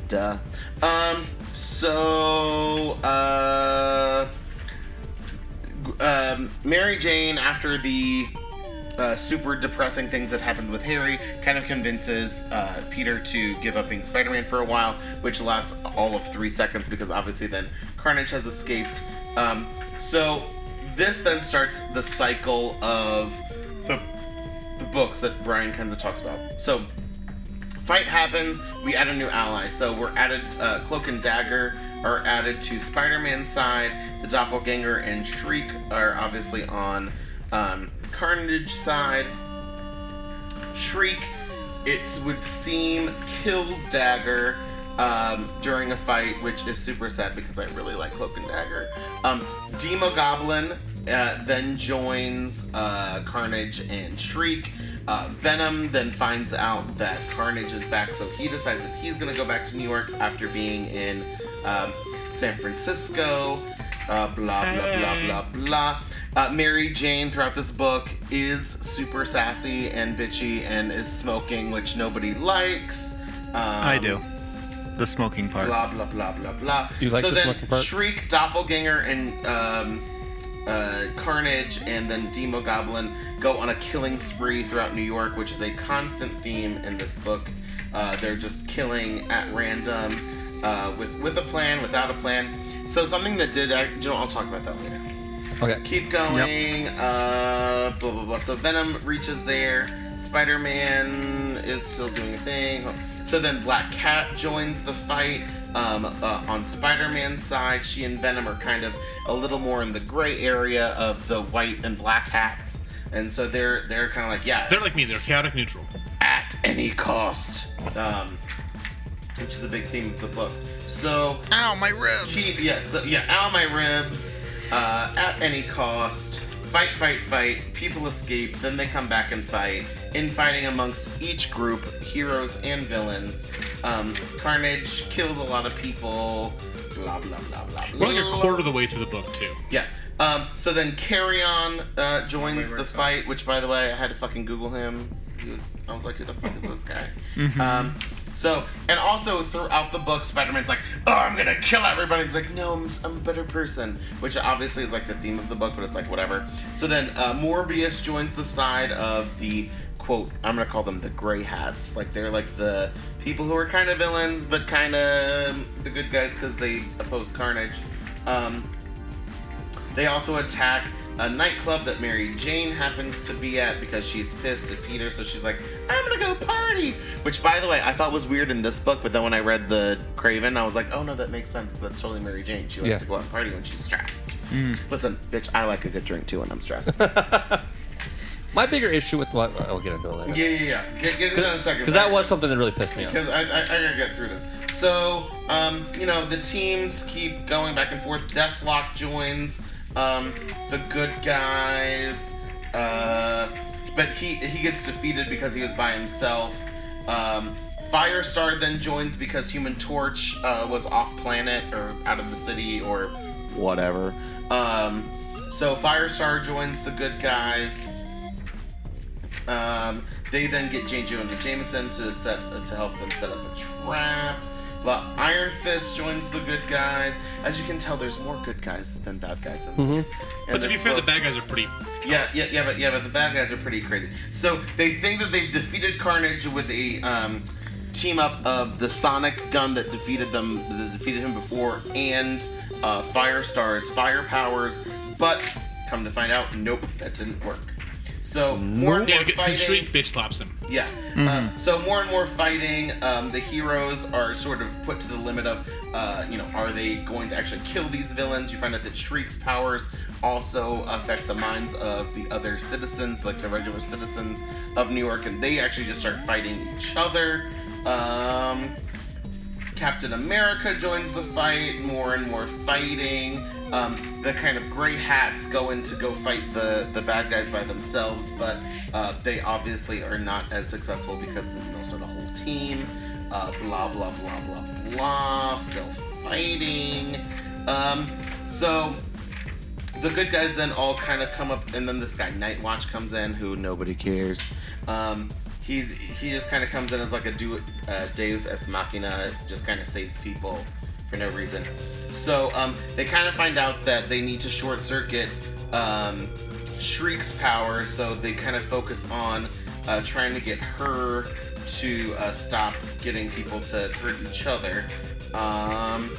duh. Um, so, uh, g- um, Mary Jane, after the uh, super depressing things that happened with Harry, kind of convinces uh, Peter to give up being Spider Man for a while, which lasts all of three seconds because obviously then Carnage has escaped. Um, so, this then starts the cycle of the, the books that Brian kind of talks about. So, fight happens, we add a new ally. So we're added uh, Cloak and Dagger are added to Spider-Man's side. The Doppelganger and Shriek are obviously on um, Carnage side. Shriek, it would seem, kills Dagger um, during a fight, which is super sad because I really like Cloak and Dagger. Um, Demo Goblin uh, then joins uh, Carnage and Shriek. Uh, Venom then finds out that Carnage is back, so he decides that he's going to go back to New York after being in um, San Francisco. Uh, blah, blah, blah, blah, blah. Uh, Mary Jane, throughout this book, is super sassy and bitchy and is smoking, which nobody likes. Um,
I do. The smoking part.
Blah blah blah blah blah.
You like
so
this
then
looking part?
Shriek, Doppelganger, and um, uh, Carnage, and then Demo Goblin go on a killing spree throughout New York, which is a constant theme in this book. Uh, they're just killing at random, uh, with with a plan, without a plan. So something that did, I, you know, I'll talk about that later.
Okay.
Keep going. Uh, blah blah blah. So Venom reaches there. Spider Man is still doing a thing. So then Black Cat joins the fight. Um, uh, on Spider Man's side, she and Venom are kind of a little more in the gray area of the white and black hats, and so they're they're kind of like yeah,
They're like me. They're chaotic neutral.
At any cost. Um, which is a big theme of the book. So,
ow my ribs.
Keep, yeah, so, yeah, ow my ribs. Uh, at any cost. Fight, fight, fight. People escape. Then they come back and fight. Infighting amongst each group, heroes and villains. Um, Carnage kills a lot of people. Blah blah blah blah.
We're like a
blah.
quarter of the way through the book too.
Yeah. Um, so then Carrion uh, joins the fight, which, by the way, I had to fucking Google him. He was, I was like, who the fuck is this guy?
Mhm.
Um, so, and also throughout the book, Spider Man's like, oh, I'm gonna kill everybody. He's like, no, I'm, I'm a better person, which obviously is like the theme of the book, but it's like, whatever. So then uh, Morbius joins the side of the quote, I'm gonna call them the gray hats. Like, they're like the people who are kind of villains, but kind of the good guys because they oppose Carnage. Um, they also attack a nightclub that Mary Jane happens to be at because she's pissed at Peter, so she's like, I'm gonna go party! Which, by the way, I thought was weird in this book, but then when I read the Craven, I was like, oh no, that makes sense because that's totally Mary Jane. She likes
Yeah.
to go out and party when she's stressed. Listen, bitch, I like a good drink too when I'm stressed.
My bigger issue with what I'll get into it
yeah,
later.
yeah, yeah. Get, get it done in a second.
Because that was something that really pissed me off.
because I, I, I gotta get through this. So, um, you know, the teams keep going back and forth. Deathlock joins um, the good guys, uh, but he he gets defeated because he was by himself. Um, Firestar then joins because Human Torch uh, was off planet or out of the city or whatever. Um, so Firestar joins the good guys. Um, they then get Jane Jones and Jameson to set to help them set up a trap. Blah. Iron Fist joins the good guys. As you can tell, there's more good guys than bad guys. In
Mhm.
this. in
But to be
this
fair, the
book.
bad guys are pretty.
Yeah, yeah, yeah, but yeah, but the bad guys are pretty crazy. So they think that they've defeated Carnage with a um, team up of the Sonic gun that defeated them, that defeated him before, and uh, Firestar's fire powers. But come to find out, nope, that didn't work. So more and
Yeah,
more
because
fighting.
Shriek bitch slaps him.
Yeah. Um, so more and more fighting. Um, the heroes are sort of put to the limit of, uh, you know, are they going to actually kill these villains? You find out that Shriek's powers also affect the minds of the other citizens, like the regular citizens of New York, and they actually just start fighting each other. Um, Captain America joins the fight, more and more fighting. Um, the kind of gray hats go in to go fight the, the bad guys by themselves, but uh, they obviously are not as successful because you know, so the whole team. Uh, blah blah blah blah blah. Still fighting. Um, so the good guys then all kind of come up, and then this guy Night Watch comes in, who nobody cares. Um, he's he just kind of comes in as like a do uh, Deus ex machina, just kind of saves people for no reason. So um, they kind of find out that they need to short circuit um, Shriek's power, so they kind of focus on uh, trying to get her to uh, stop getting people to hurt each other. Um,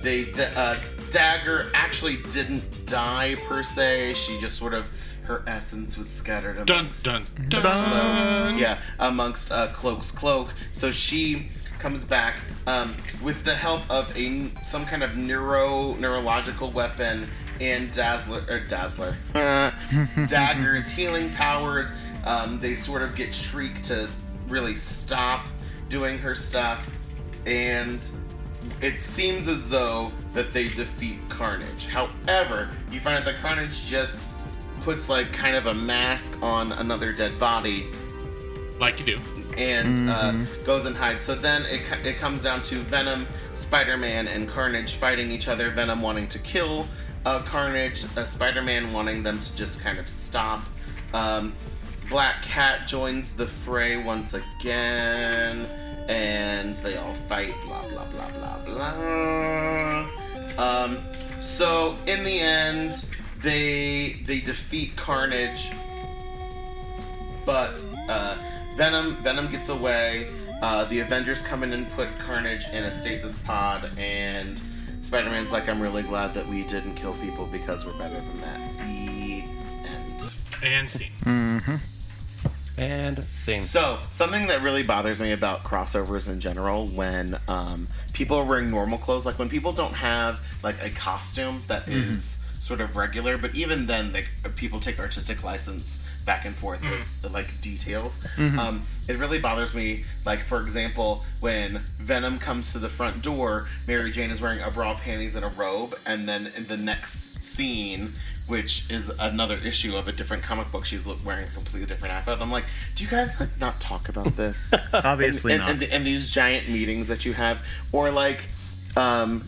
they the, uh, Dagger actually didn't die per se. She just sort of her essence was scattered amongst
dun
dun yeah amongst uh, Cloak's cloak. So she comes back um, with the help of a some kind of neuro neurological weapon and Dazzler or Dazzler Dagger's healing powers. Um, they sort of get Shriek to really stop doing her stuff, and it seems as though that they defeat Carnage. However, you find out that Carnage just puts like kind of a mask on another dead body
like you do.
and uh, goes and hides. So then it, co- it comes down to Venom, Spider Man, and Carnage fighting each other. Venom wanting to kill uh, Carnage, uh, Spider Man wanting them to just kind of stop. Um, Black Cat joins the fray once again, and they all fight, blah, blah, blah, blah, blah. Um, so in the end, they they defeat Carnage but uh, Venom Venom gets away. Uh, the Avengers come in and put Carnage in a stasis pod, and Spider-Man's like, "I'm really glad that we didn't kill people because we're better than that." The end.
And scene.
And scene.
So something that really bothers me about crossovers in general, when um, people are wearing normal clothes, like when people don't have like a costume that is
Mhm.
sort of regular, but even then, like uh, people take artistic license back and forth with the like details.
Mhm.
Um, it really bothers me. Like for example, when Venom comes to the front door, Mary Jane is wearing a bra, panties, and a robe, and then in the next scene. Which is another issue of a different comic book. She's look- wearing a completely different outfit. I'm like, do you guys like not talk about this?
Obviously
and, and,
not.
And, the- and these giant meetings that you have, or like, um,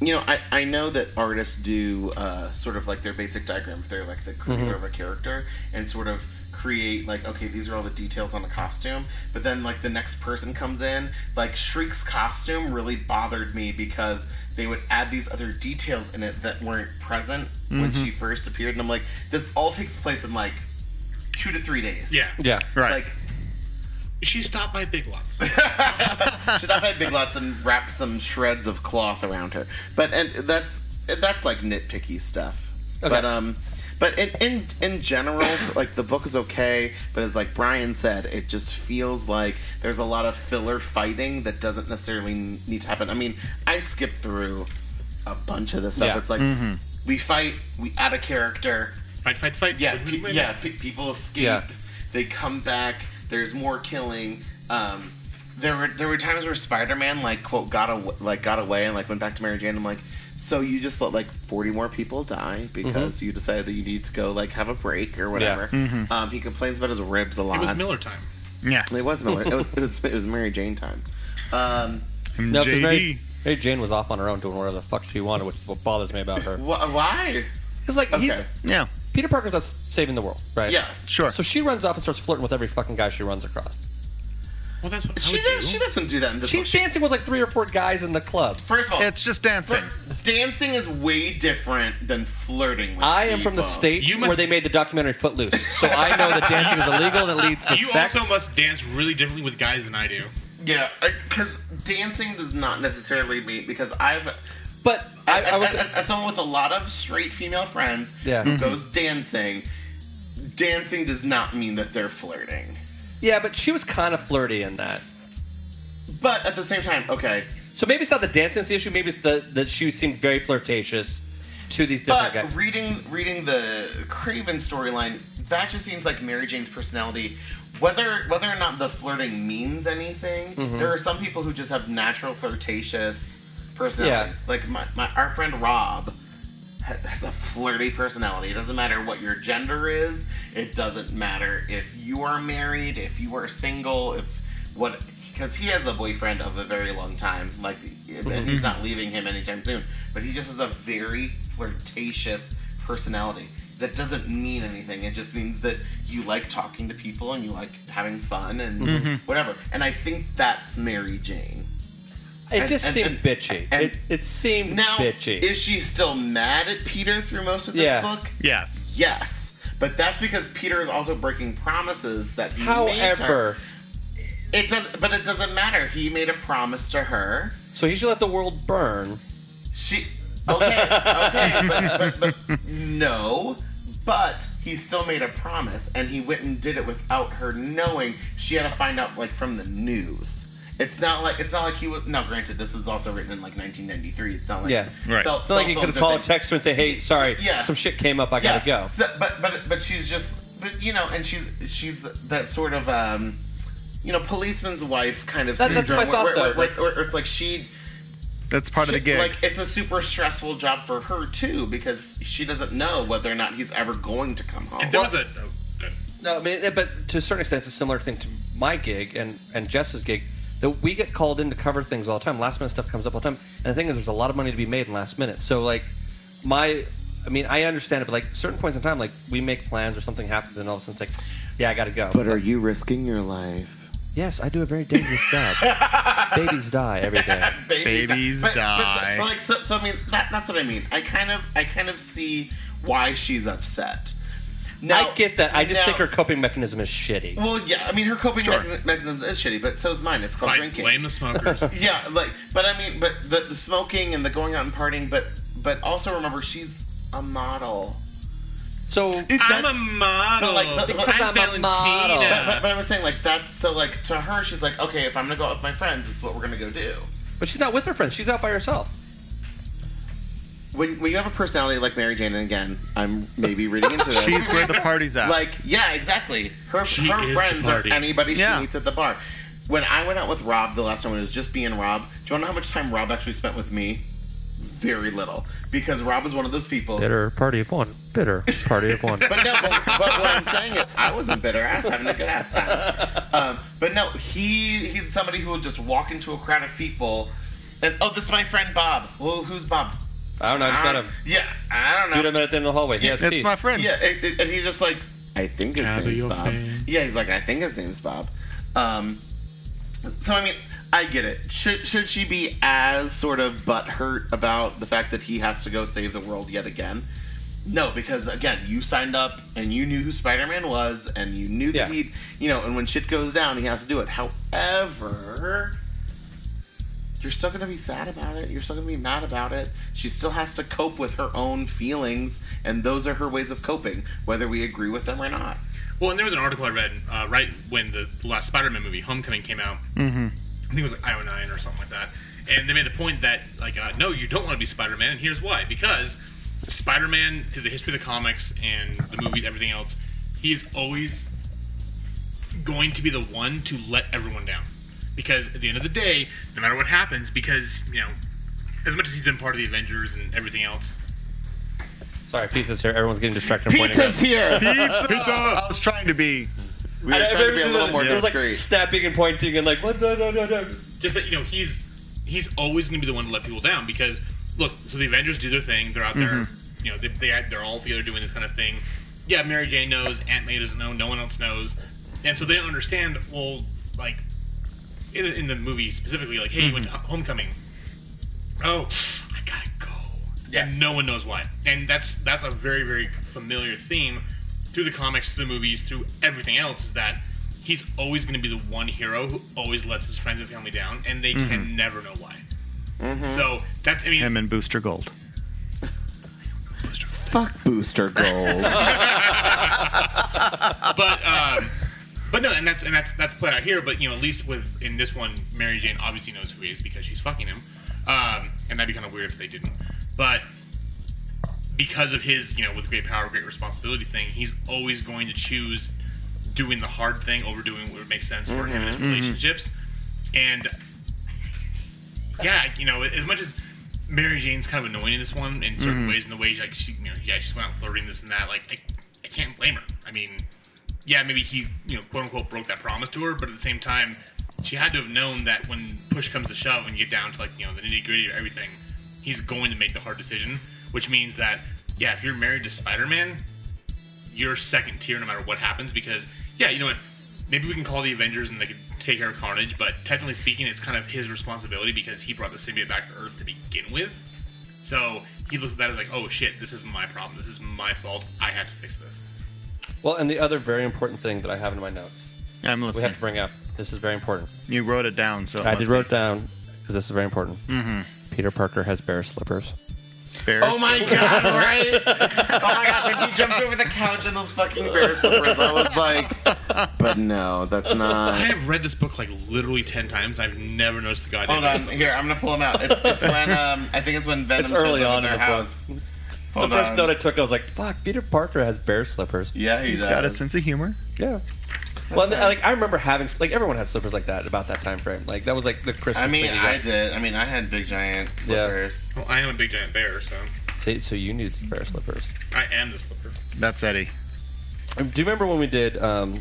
you know, I, I know that artists do uh, sort of like their basic diagram. They're like the creator
Mhm.
of a character and sort of create like okay these are all the details on the costume but then like the next person comes in like shriek's costume really bothered me because they would add these other details in it that weren't present when
Mhm.
she first appeared and i'm like this all takes place in like two to three days
Yeah.
Yeah.
right like
She stopped by Big Lots.
should I had big lots and wrap some shreds of cloth around her. But and that's that's like nitpicky stuff. But um, but in, in in general, like the book is okay. But as like Brian said, it just feels like there's a lot of filler fighting that doesn't necessarily need to happen. I mean, I skipped through a bunch of this stuff.
Yeah.
It's like
Mhm.
we fight, we add a character,
fight, fight, fight.
Yeah, pe- yeah. Pe- people escape.
Yeah.
They come back. There's more killing. Um, there were there were times where Spider-Man like quote got away, like got away and like went back to Mary Jane. I'm like, so you just let like 40 more people die because you decided that you need to go like have a break or whatever.
Mhm.
Um, he complains about his ribs a lot.
It was Miller time.
Yes.
It was Miller. it was it was it was Mary Jane time. Um,
No, 'cause Mary, Mary Jane was off on her own doing whatever the fuck she wanted, which is what bothers me about her.
Wh- why?
It's like he's-
yeah.
Peter Parker's not saving the world, right?
Yes.
Sure.
So she runs off and starts flirting with every fucking guy she runs across.
Well, that's what
she does. She doesn't do that in this.
She's dancing with like three or four guys in the club.
First of all,
it's just dancing.
Dancing is way different than flirting. With
I am from the
people.
state where they made the documentary Footloose, so I know that dancing is illegal and it leads to
You
sex.
also must dance really differently with guys than I do.
Yeah, because dancing does not necessarily mean because I've.
But
I, was as, as someone with a Mm-hmm. lot of straight female friends
Yeah.
who
Mhm.
goes dancing. Dancing does not mean that they're flirting,
yeah, but she was kind of flirty in that.
but at the same time, okay.
So maybe it's not the dancing that's the issue. Maybe it's the that she seemed very flirtatious to these different
But
guys.
reading reading the Craven storyline, that just seems like Mary Jane's personality. Whether whether or not the flirting means anything,
Mhm.
there are some people who just have natural flirtatious personalities. Like my, my our friend Rob ha- has a flirty personality. It doesn't matter what your gender is. It doesn't matter if you are married, if you are single, if what because he has a boyfriend of a very long time. Like and he's
Mhm.
not leaving him anytime soon. But he just has a very flirtatious personality. That doesn't mean anything. It just means that you like talking to people and you like having fun and
Mhm.
whatever. And I think that's Mary Jane.
It
And-
just
and-
seemed
and-
bitchy.
and-
it, it seemed
Now,
bitchy.
is she still mad at Peter through most of this
Yeah.
book?
Yes.
Yes. But that's because Peter is also breaking promises that he made to her.
However,
It does, but it doesn't matter. He made a promise to her.
so he should let the world burn.
She okay, okay, but, but, but no. But he still made a promise, and he went and did it without her knowing. She had to find out like from the news. It's not like it's not like he was. Now, granted, this is also written in like 1993. It's not like
yeah,
cell-
It's not
cell
like you could
phones are
call a
things.
text her and say, "Hey, sorry,
Yeah.
some shit came up. I
Yeah.
gotta go."
So- but but but she's just but you know, and she's she's that sort of um, you know, policeman's wife kind of
That- that's
syndrome.
my thought,
where, where-
though.
where- where- where it's like she
That's part of
she-
the gig.
Like it's a super stressful job for her too because she doesn't know whether or not he's ever going to come home.
there was
Oh,
No, I mean, but to a certain extent, it's a similar thing to my gig and and Jess's gig. That we get called in to cover things all the time. Last minute stuff comes up all the time, and the thing is, there's a lot of money to be made in last minute. So like, my, I mean, I understand it, but like certain points in time, like we make plans or something happens, and all of a sudden it's like, yeah, I gotta go.
you risking your life?
Yes, I do a very dangerous job. Babies die every day.
Babies, but, But, but like, so, so I mean, that, that's what I mean. I kind of, I kind of see why she's upset. Now-
I get that. I just
now-
think her coping mechanism is shitty.
Well, yeah, I mean, her coping
Sure.
mechan- mechanism is shitty, but so is mine. It's called
I
drinking.
blame the smokers.
yeah, like, but I mean, but the, the smoking and the going out and partying, but but also remember, she's a model.
So
I'm a model.
But like, but, but,
Because I'm a model.
But, but, but I'm saying like that's so like to her, she's like, okay, if I'm gonna go out with my friends, this is what we're gonna go do.
But she's not with her friends. She's out by herself.
When, when you have a personality like Mary Jane, and again, I'm maybe reading into this.
She's where the party's at.
Like, yeah, exactly. Her
She is
her
the
friends are
party.
anybody
Yeah.
she meets at the bar. When I went out with Rob the last time, when it was just me and Rob. Do you want to know how much time Rob actually spent with me? Very little, because Rob is one of those people.
Bitter party of one. Bitter party of one.
But no, but, but what I'm saying is, I was a bitter ass having a good ass time. Um, but no, he he's somebody who will just walk into a crowd of people, and oh, this is my friend Bob. Well, who's Bob?
I don't know. I just
I-
got him.
Yeah, I don't know.
Dude, I met at the end of the hallway. He has teeth.
Ah. Yeah, it, it- and he's just like, I think his
Gather
name's
your
Bob.
fame.
Yeah, he's like, I think his name's Bob. Um, so I mean, I get it. Should should she be as sort of butthurt about the fact that he has to go save the world yet again? No, because again, you signed up and you knew who Spider Man was, and you knew that
Yeah.
he'd, you know, and when shit goes down, he has to do it. However, you're still gonna be sad about it. You're still gonna be mad about it. She still has to cope with her own feelings, and those are her ways of coping, whether we agree with them or not.
Well, and there was an article I read uh, right when the last Spider-Man movie, Homecoming, came out.
Mm-hmm.
I think it was like IO9 or something like that. And they made the point that, like, uh, no, you don't want to be Spider Man, and here's why. Because Spider Man, through the history of the comics and the movies, everything else, he is always going to be the one to let everyone down. Because at the end of the day, no matter what happens, because, you know, as much as he's been part of the Avengers and everything else,
Sorry, pizza's here. Everyone's getting distracted. and pointing
Pizza's
at-
here.
Pizza. I was trying to be.
We were
I-
trying
I
to be a
remember
little more
it was
discreet.
Like snapping and pointing and like, what? No, no, no, no.
just that you know he's he's always going to be the one to let people down because look so the avengers do their thing they're out there you know they, they, they're all together doing this kind of thing yeah mary jane knows aunt may doesn't know no one else knows and so they don't understand well like in, in the movie specifically like hey you went to Ho- homecoming oh i gotta go yeah and no one knows why and that's that's a very very familiar theme through the comics through the movies through everything else is that he's always going to be the one hero who always lets his friends and family down, and they
Mhm.
can never know why. So that's I mean,
Him and Booster Gold.
Fuck Booster Gold.
but um, but no, and that's and that's that's played out here. But you know, at least with in this one, Mary Jane obviously knows who he is because she's fucking him, um, and that'd be kind of weird if they didn't. But because of his, you know, with great power, great responsibility thing, he's always going to choose doing the hard thing over doing what makes sense for him in his
Mhm, mhm.
relationships. And yeah, you know, as much as Mary Jane's kind of annoying in this one in certain
Mhm.
ways, in the way like she, you know, yeah, she's went out flirting this and that. Like, I, I can't blame her. I mean, yeah, maybe he, you know, quote unquote, broke that promise to her, but at the same time, she had to have known that when push comes to shove and you get down to like you know the nitty gritty of everything, he's going to make the hard decision, which means that yeah, if you're married to Spider Man, you're second tier no matter what happens because, yeah, you know what? Maybe we can call the Avengers and they can take care of Carnage, but technically speaking, it's kind of his responsibility because he brought the symbiote back to Earth to begin with. So he looks at that as like, oh shit, this is my problem. This is my fault. I have to fix this.
Well, and the other very important thing that I have in my notes,
I'm
we
listening.
have to bring up. This is very important.
You wrote it down, so it
I
must
did
be-
wrote down because this is very important.
Mm-hmm.
Mhm.
Peter Parker has bear slippers.
Bear
Oh my
slippers.
god, right? oh my god, when he jumped over the couch in those fucking bear slippers, I was like, but no, that's
I
not.
have read this book like literally ten times. I've never noticed the goddamn.
Hold on, here, I'm gonna pull him out. It's, it's when, um, I think it's when Venom
It's early
shows up
on
in
in
their
the book.
house. Hold
the first
on.
note I took, I was like, "Fuck, Peter Parker has bear slippers."
Yeah,
He's got a sense of humor.
Yeah. Well, and, like I remember having like everyone had slippers like that about that time frame. Like that was like the Christmas.
I mean,
thing you got.
I did. I mean, I had big giant slippers.
Well, I am a big giant bear, so
See, so you need bear slippers.
I am the slipper.
That's Eddie.
Do you remember when we did um,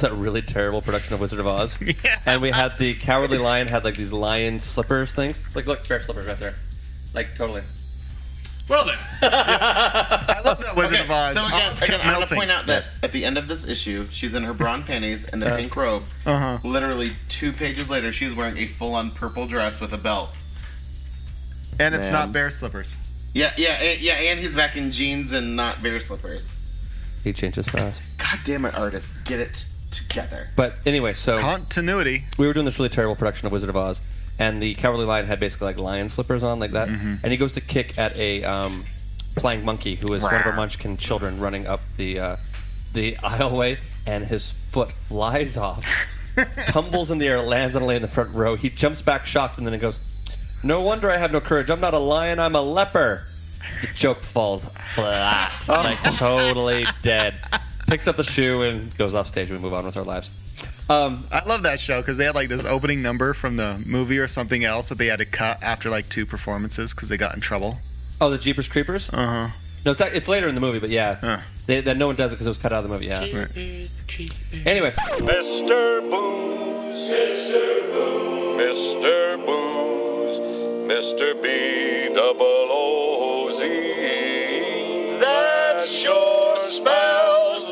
that really terrible production of Wizard of Oz?
yeah.
And we had the Cowardly Lion had like these lion slippers things. Like, look, bear slippers right there. Like, totally.
Well then,
I love that Wizard
Okay,
of Oz.
So again,
Oz
again
kept
I want to
Uh, melting.
point out that at the end of this issue, she's in her brown panties and a
Yeah.
pink robe.
Uh-huh.
Literally two pages later, she's wearing a full-on purple dress with a belt.
and it's
Man.
not bear slippers.
Yeah, yeah, eh, yeah, and he's back in jeans and not bear slippers.
He changes fast.
God damn it, artists, get it together.
But anyway, so
continuity.
We were doing this really terrible production of Wizard of Oz, and the Cowardly Lion had basically like lion slippers on, like that. And he goes to kick at a um, flying monkey who is one of her Munchkin children running up the uh, the aisleway, and his foot flies off, tumbles in the air, lands on a lay in the front row. He jumps back shocked, and then he goes, "No wonder I have no courage. I'm not a lion. I'm a leper." The joke falls flat, like totally dead. Picks up the shoe and goes off stage. We move on with our lives. Um,
I love that show because they had like this opening number from the movie or something else that they had to cut after like two performances because they got in trouble.
Oh, the Jeepers Creepers.
Uh-huh.
Uh huh.
No, it's, it's later in the movie, but yeah, they, that no one does it because it was cut out of the movie. Yeah. Anyway,
Mr. Booze. Mr. Booze. Mr. Booze. Mr. B double O Z. That sure spells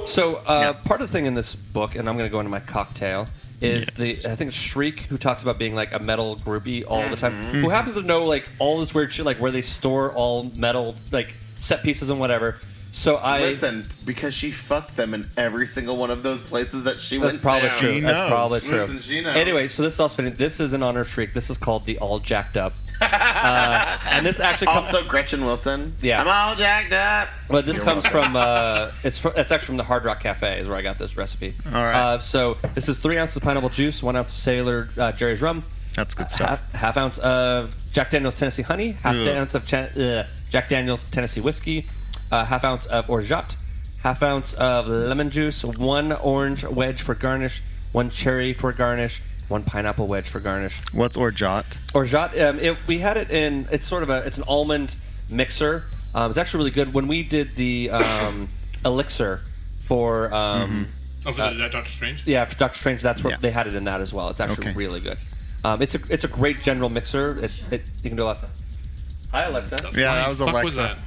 booze.
so uh, part of the thing in this book, and I'm going to go into my cocktail, is the I think it's Shriek who talks about being like a metal groupie all the time,
Mm-hmm.
Mhm.
who happens to know like all this weird shit, like where they store all metal like set pieces and whatever. So I
Listen, because she fucked them in every single one of those places that she
That's
went.
probably
to.
true. That's probably true.
Listen, she knows.
Anyway, so this is also this is an honor shriek. This is called the all jacked up, uh, and this actually comes,
also Gretchen Wilson.
Yeah.
I'm all jacked up.
But this
You're
comes
welcome.
from uh, it's fr it's actually from the Hard Rock Cafe is where I got this recipe. All
right.
Uh, so this is three ounces of pineapple juice, one ounce of Sailor uh, Jerry's rum.
That's good
stuff. Half, half ounce of Jack Daniel's Tennessee honey. Half
Ugh.
ounce of Chan- uh, Jack Daniel's Tennessee whiskey. Uh, half ounce of orgeat. Half ounce of lemon juice. One orange wedge for garnish. One cherry for garnish. One pineapple wedge for garnish.
What's Orjot?
Orgeat. Um, it, we had it in. It's sort of a. It's an almond mixer. Um, it's actually really good. When we did the um, elixir for
Mm-hmm.
um,
Oh, for
uh,
the- that Doctor Strange.
yeah for Doctor Strange, that's where they had it in that as well. It's actually
Okay.
really good. Um, it's a it's a great general mixer. It, it, you can do a lot of stuff. Hi Alexa.
Yeah, that was Fuck was Alexa.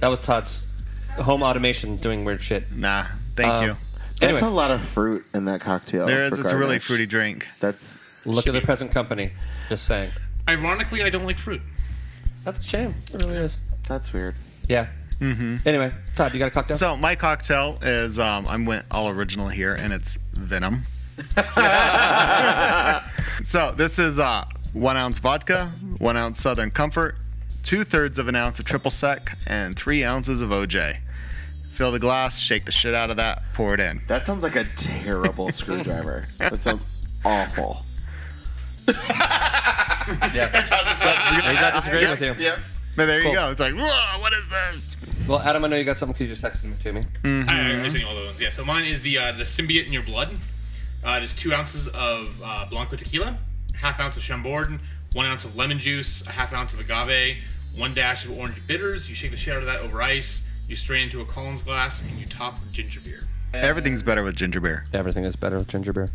That was Todd's home automation doing weird shit.
Nah, thank
Um,
you.
Anyway,
That's a lot of fruit in that cocktail.
There is.
for
It's a really
garnish.
fruity drink.
That's
look at the present company. Just saying.
Ironically, I don't like fruit.
That's a shame. It really is.
That's weird.
Yeah.
Mm-hmm.
Anyway, Todd, you got a cocktail?
So my cocktail is um, I'm went all original here, and it's Venom. so this is uh, one ounce vodka, one ounce Southern Comfort, two thirds of an ounce of triple sec, and three ounces of OJ. Fill the glass, shake the shit out of that, pour it in.
That sounds like a terrible screwdriver. That sounds awful.
He's not disagreeing with you.
Yep.
But there
Cool.
you go. It's like, whoa, what is this?
Well, Adam, I know you got something. Could you just text it to me?
I, I, I sent you all those ones. Yeah. So mine is the uh, the symbiote in your blood. Uh, it is two ounces of uh, blanco tequila, half ounce of chambord, one ounce of lemon juice, a half ounce of agave, one dash of orange bitters. You shake the shit out of that over ice. You strain into a Collins glass and you top with ginger beer.
Everything's better with ginger beer.
Everything is better with ginger beer.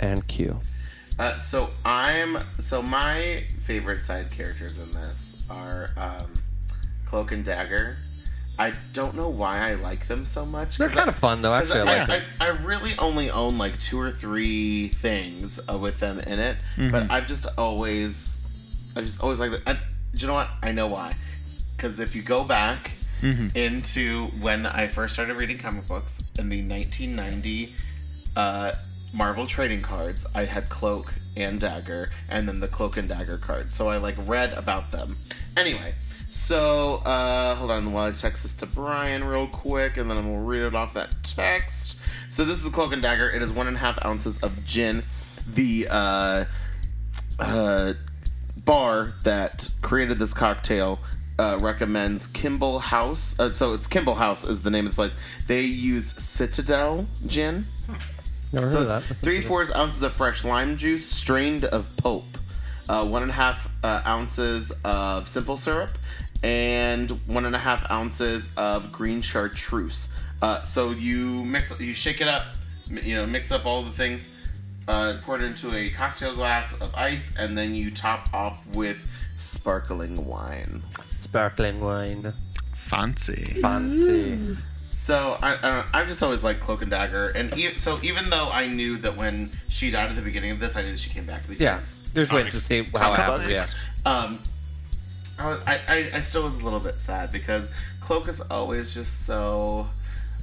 And Q.
Uh, so I'm so my favorite side characters in this are um, Cloak and Dagger. I don't know why I like them so much.
They're kind of fun though.
'Cause
Actually, I like them.
I, I really only own like two or three things uh, with them in it, but
Mhm.
I've just always, I just always like that. I, do you know what? I know why. Because if you go back
Mm-hmm.
Mhm.
into when I first started reading comic books in the 1990 uh, Marvel trading cards, I had Cloak and Dagger, and then the Cloak and Dagger card. So I like read about them. Anyway, so uh, hold on while I text this to Brian real quick, and then I'm gonna read it off that text. So this is the Cloak and Dagger. It is one and a half ounces of gin. The uh, uh, bar that created this cocktail uh, recommends Kimball House. Uh, so it's Kimball House is the name of the place. They use Citadel gin.
Never heard
So
of that. That's
three
interesting.
fourths ounces of fresh lime juice strained of pulp, uh, one and a half uh, ounces of simple syrup, and one and a half ounces of green chartreuse. Uh, so you mix, you shake it up, m- you know, mix up all the things, uh, pour it into a cocktail glass of ice, and then you top off with sparkling wine.
Sparkling wine.
Fancy.
Fancy.
So I, I don't I just always liked Cloak and Dagger, and e- so even though I knew that when she died at the beginning of this, I knew that she came back. because
Yeah, there's waiting to see how it happens. Yeah.
Um, I, was- I, I, I still was a little bit sad because Cloak is always just so.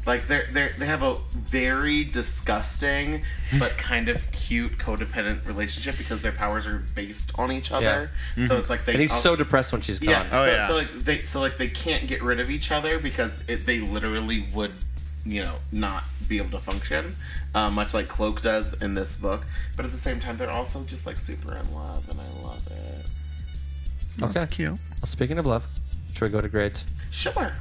Like they're they are they have a very disgusting but kind of cute codependent relationship because their powers are based on each other.
Yeah. Mm-hmm.
So it's like they
and he's
all-
so depressed when she's gone.
Oh, yeah. so, so like they so like they can't get rid of each other because it, they literally would, you know, not be able to function, uh, much like Cloak does in this book. But at the same time, they're also just like super in love, and I love it.
okay. That's
Oh, cute. Well,
speaking of love, should we go to grades?
Sure.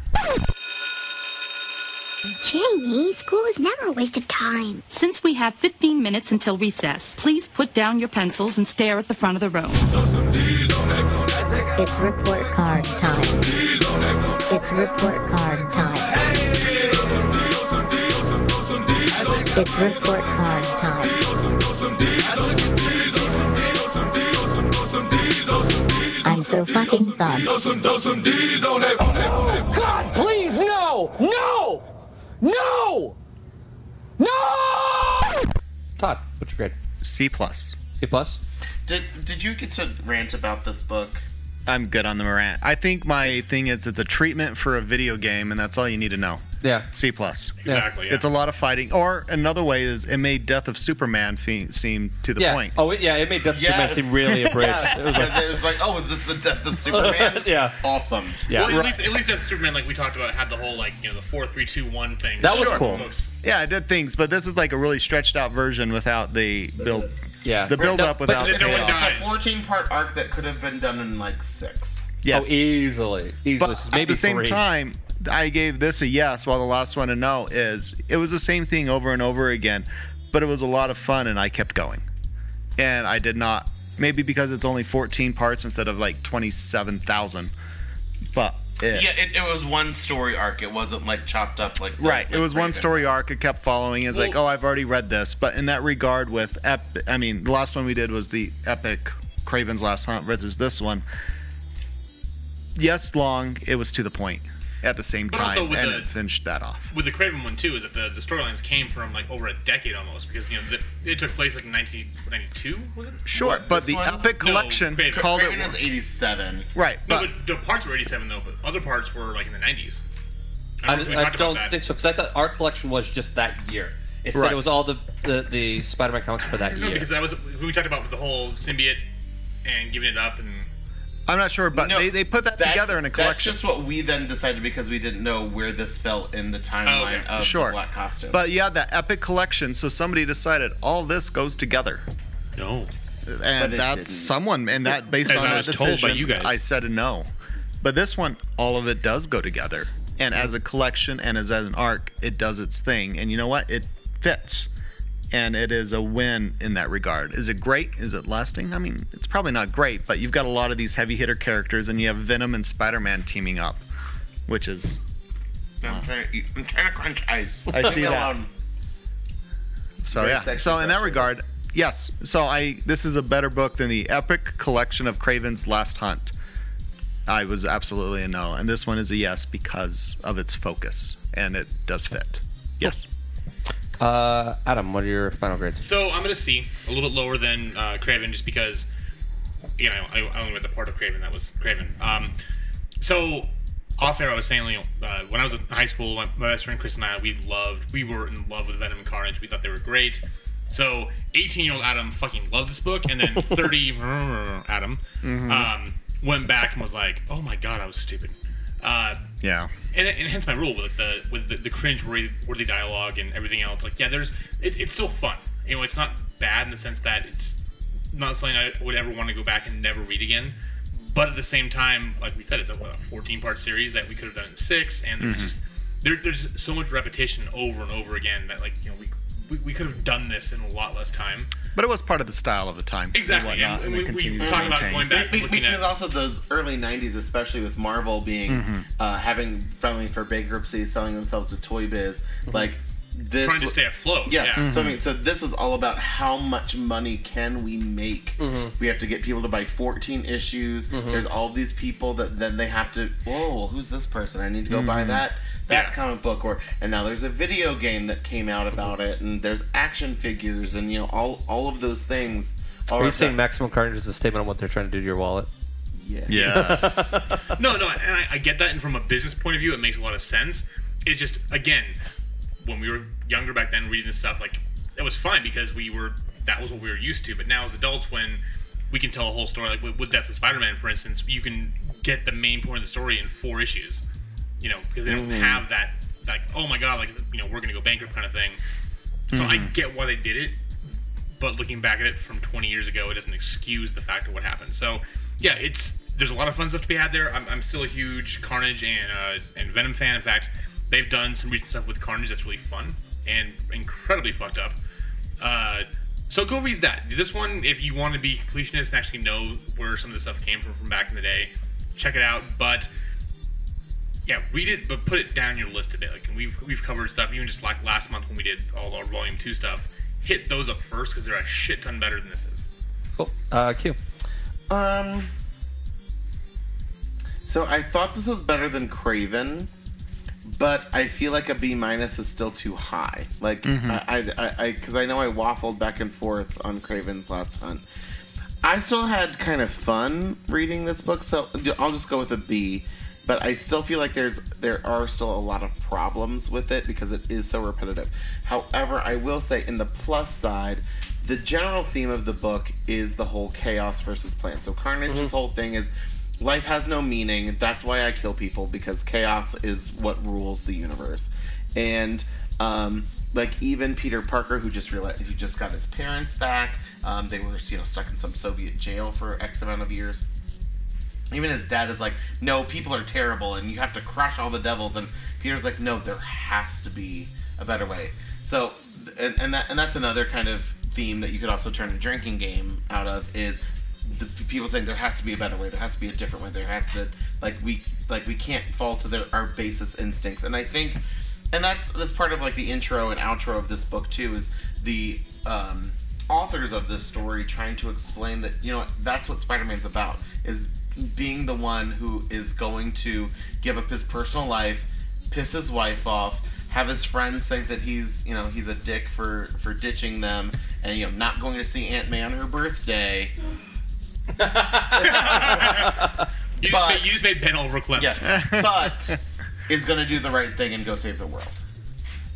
Jamie, school is never a waste of time. Since we have 15 minutes until recess, please put down your pencils and stare at the front of the room.
It's report card time. It's report card time. It's report card time. I'm so fucking thumped.
God, please, no! No! No! No!
Todd, what's your grade?
C plus.
C plus.
Did Did you get to rant about this book?
I'm good on the Morant. I think my thing is it's a treatment for a video game, and that's all you need to know.
Yeah.
C plus.
Exactly,
It's a lot of fighting. Or another way is it made Death of Superman fe- seem to the
yeah.
point.
Oh, it, yeah. It made Death Superman seem really abridged.
Yes,
It was like,
because it was like, oh, is this the death of Superman?
yeah.
Awesome.
Yeah.
Well, at least at least that Superman, like we talked about, had the whole like you know the four three two one thing.
That was
Sure.
cool.
Looks-
Yeah, I did things, but this is like a really stretched out version without the build.
Yeah,
the build up without the payoff.
It's a 14 part arc that could have been done in like six.
Yes.
Oh, easily, easily.
But
Maybe
at the same
three.
time, I gave this a yes, while the last one a no is it was the same thing over and over again, but it was a lot of fun and I kept going. And I did not, maybe because it's only 14 parts instead of like 27,000. But it,
Yeah, it, it was one story arc. It wasn't like chopped up like
Right. It was one story arc. It kept following. It's like, oh, I've already read this. But in that regard, with ep- I mean, the last one we did was the epic Craven's Last Hunt versus this one. Yes, long. It was to the point at the same
But also
time,
with
and
the-
it finished that off.
with the Craven one too is that the, the storylines came from like over a decade almost because you know the, it took place like in 1992 was it?
Sure, What, but this the one? Epic
No,
Collection
Craven.
called it- Craven was
87.
Right,
No, but the parts were 87 though, but other parts were like in the 90s.
I,
remember we
I
talked about
don't
that.
think so because I thought our collection was just that year. It said
Right.
it was all the the, the Spider-Man comics for that
No,
year.
because that was we talked about the whole symbiote and giving it up and
I'm not sure, but they, they put that
That's-
together in a collection.
That's just what we then decided because we didn't know where this fell in the timeline of
Sure.
the black costume.
But yeah, that epic collection. So somebody decided all this goes together.
No.
And
it
that's
didn't.
someone, and that based
As
on
I
that
was told by
decision,
you guys.
I said a no. But this one, all of it does go together, and as a collection and as, as an arc, it does its thing. And you know what? It fits, and it is a win in that regard. Is it great? Is it lasting? I mean, it's probably not great, but you've got a lot of these heavy hitter characters, and you have Venom and Spider-Man teaming up, which is
I'm, trying to, eat- I'm trying to crunch ice.
I
Leave
see
me
that.
alone.
So
Very
yeah.
sexy
So in that regard, yes. So I this is a better book than the epic collection of Craven's Last Hunt. I was absolutely a no, and this one is a yes because of its focus, and it does fit. Yes.
Uh, Adam, what are your final grades?
So I'm gonna see a little bit lower than uh, Craven, just because you know I, I only read the part of Craven that was Craven. Um, so off air, I was saying, you know, uh, when I was in high school, my, my best friend Chris and I, we loved, we were in love with Venom and Carnage. We thought they were great. So 18 year old Adam fucking loved this book, and then 30 Adam
Mhm.
um, went back and was like, oh my god, I was stupid. Uh,
Yeah.
and, and hence my rule with the with the, the cringe worthy, worthy dialogue and everything else. Like, yeah, there's it, it's still fun. You know, it's not bad in the sense that it's not something I would ever want to go back and never read again. But at the same time, like we said, it's a what, a 14 part series that we could have done in six, and there's
Mhm.
just there, there's so much repetition over and over again that like you know we we, we could have done this in a lot less time.
But it was part of the style of the time.
Exactly,
whatnot,
and- and we-
they continue
we
to
talked about
maintain.
going back and
Be-
looking at-
because also those early 90s especially with marvel being
Mhm.
uh, having filing for bankruptcy selling themselves to toy biz
Mm-hmm.
like this
Trying to
wa-
stay afloat,
yeah,
yeah.
so i
Mhm.
mean so this was all about how much money can we make
Mm-hmm.
we have to get people to buy 14 issues
Mhm.
there's all these people that then they have to whoa who's this person i need to go buy
Mhm.
that that comic book or and now there's a video game that came out about it and there's action figures and you know all all of those things all
Are you
wrapped up.
saying maximum carnage is a statement on what they're trying to do to your wallet?
Yeah.
Yes.
no, no, and I, I get that, and from a business point of view, it makes a lot of sense. It's just again, when we were younger back then, reading this stuff, like it was fine because we were that was what we were used to. But now as adults, when we can tell a whole story, like with, with Death of Spider-Man, for instance, you can get the main point of the story in four issues. You know, because they don't
Mhm.
have that like oh my god, like you know we're gonna go bankrupt kind of thing. So I
Mhm.
get why they did it, but looking back at it from 20 years ago, it doesn't excuse the fact of what happened. So, yeah, it's there's a lot of fun stuff to be had there. I'm, I'm still a huge Carnage and uh, and Venom fan. In fact, they've done some recent stuff with Carnage that's really fun and incredibly fucked up. Uh, so go read that. This one, if you want to be completionist and actually know where some of the stuff came from from back in the day, check it out. But yeah, read it, but put it down your list a bit. Like we've we've covered stuff even just like last month when we did all our volume two stuff. Hit those up first because they're a shit ton better than this is.
Cool. Uh, Q.
Um. So I thought this was better than Craven, but I feel like a B minus is still too high. Like
Mhm.
I, I, I, because I, know I waffled back and forth on Craven's last hunt. I still had kind of fun reading this book, so I'll just go with a B. But I still feel like there's there are still a lot of problems with it because it is so repetitive. However, I will say in the plus side, the general theme of the book is the whole chaos versus plan. So Carnage's whole thing is life has no meaning. That's why I kill people because chaos is what rules the universe. And um, like even Peter Parker, who just realized who just got his parents back, um, they were you know stuck in some Soviet jail for X amount of years. Even his dad is like, no, people are terrible, and you have to crush all the devils. And Peter's like, no, there has to be a better way. So, and, and that and that's another kind of theme that you could also turn a drinking game out of is the p- people saying there has to be a better way, there has to be a different way, there has to like we like we can't fall to their, our basest instincts. And I think, and that's that's part of like the intro and outro of this book too is the um, authors of this story trying to explain that you know that's what Spider-Man's about is being the one who is going to give up his personal life, piss his wife off, have his friends think that he's you know he's a dick for for ditching them, and you know not going to see Aunt May on her birthday.
You, just, made, you just made Ben overclipped.
Yeah, but is going to do the right thing and go save the world.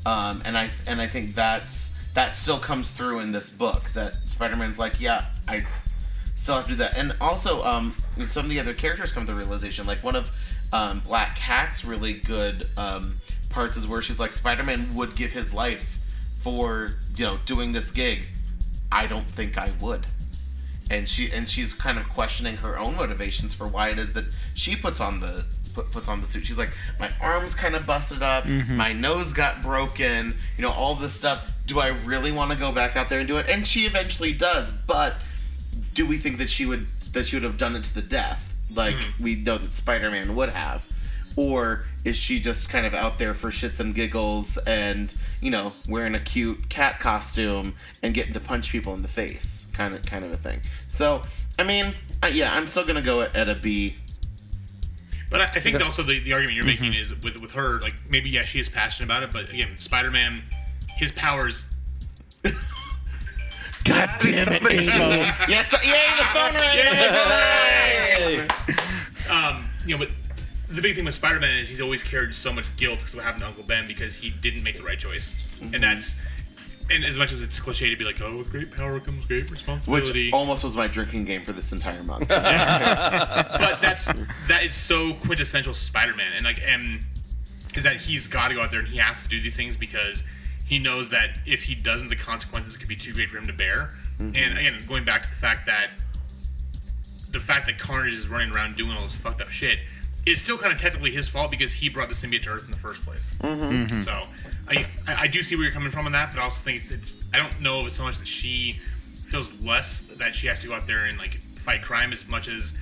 Um, and I and I think that's that still comes through in this book that Spider-Man's like, yeah, I still have to do that. And also, um, some of the other characters come to the realization. Like one of um, Black Cat's really good um, parts is where she's like, Spider-Man would give his life for you know doing this gig. I don't think I would and she and she's kind of questioning her own motivations for why it is that she puts on the put, puts on the suit. She's like, my arms kind of busted up,
Mhm.
my nose got broken, you know, all this stuff. Do I really want to go back out there and do it? And she eventually does, but do we think that she would that she would have done it to the death, like we know that Spider-Man would have, or is she just kind of out there for shits and giggles and you know wearing a cute cat costume and getting to punch people in the face, kind of kind of a thing. So I mean, uh, yeah, I'm still gonna go at, at a B
But I, I think also the, the argument you're making is with with her, like maybe yeah, she is passionate about it, but again, Spider-Man, his powers.
God damn it, Amy. yes, yay, the phone rang.
Yay, um, you know, but the big thing with Spider-Man is he's always carried so much guilt because of what happened to Uncle Ben because he didn't make the right choice,
Mhm.
and that's. And as much as it's cliche to be like, oh, with great power comes great responsibility.
Which almost was my drinking game for this entire month.
but that's that is so quintessential Spider-Man, and like, and is that he's got to go out there and he has to do these things because he knows that if he doesn't, the consequences could be too great for him to bear.
Mhm.
And again, going back to the fact that the fact that Carnage is running around doing all this fucked up shit is still kind of technically his fault because he brought the symbiote to Earth in the first place.
Mhm.
Mm-hmm.
Mhm.
So I, I I do see where you're coming from on that, but I also think it's, it's I don't know if it's so much that she feels less that she has to go out there and like fight crime as much as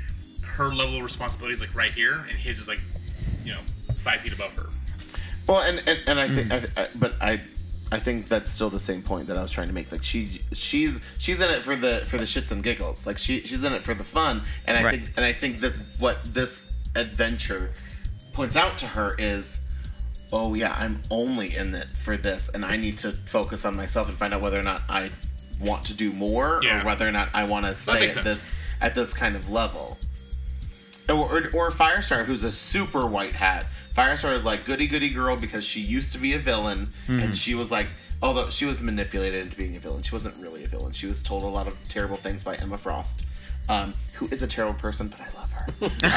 her level of responsibility is like right here, and his is like you know five feet above her.
Well, and and, and I think,
Hmm.
I, I, but I, I think that's still the same point that I was trying to make. Like she, she's she's in it for the for the shits and giggles. Like she she's in it for the fun. And I
Right.
think and I think this what this adventure points out to her is. Oh yeah, I'm only in it for this, and I need to focus on myself and find out whether or not I want to do more,
Yeah.
or whether or not I want to stay
makes
at
sense.
this at this kind of level. Or, or, or Firestar, who's a super white hat. Firestar is like goody goody girl because she used to be a villain, and
Mhm.
she was like, although she was manipulated into being a villain, she wasn't really a villain. She was told a lot of terrible things by Emma Frost, um, who is a terrible person, but I love her.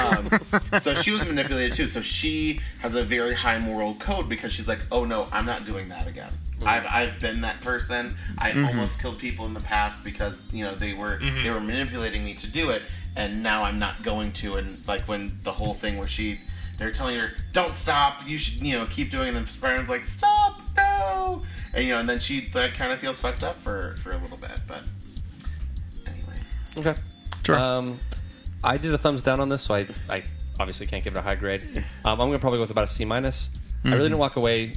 um, so she was manipulated too. So she has a very high moral code because she's like, oh no, I'm not doing that again. I've, I've been that person. I
Mhm.
almost killed people in the past because you know they were
Mhm.
they were manipulating me to do it, and now I'm not going to. And like when the whole thing where she, they're telling her, "Don't stop. You should you know keep doing." it," And then Spider-Man's like, "Stop, no!" And you know, and then she like kind of feels fucked up for for a little bit. But
Okay. Sure. Um, I did a thumbs down on this, so I, I obviously can't give it a high grade. Um, I'm gonna probably go with about a C minus. I
Mm-hmm.
really
Mhm.
didn't walk away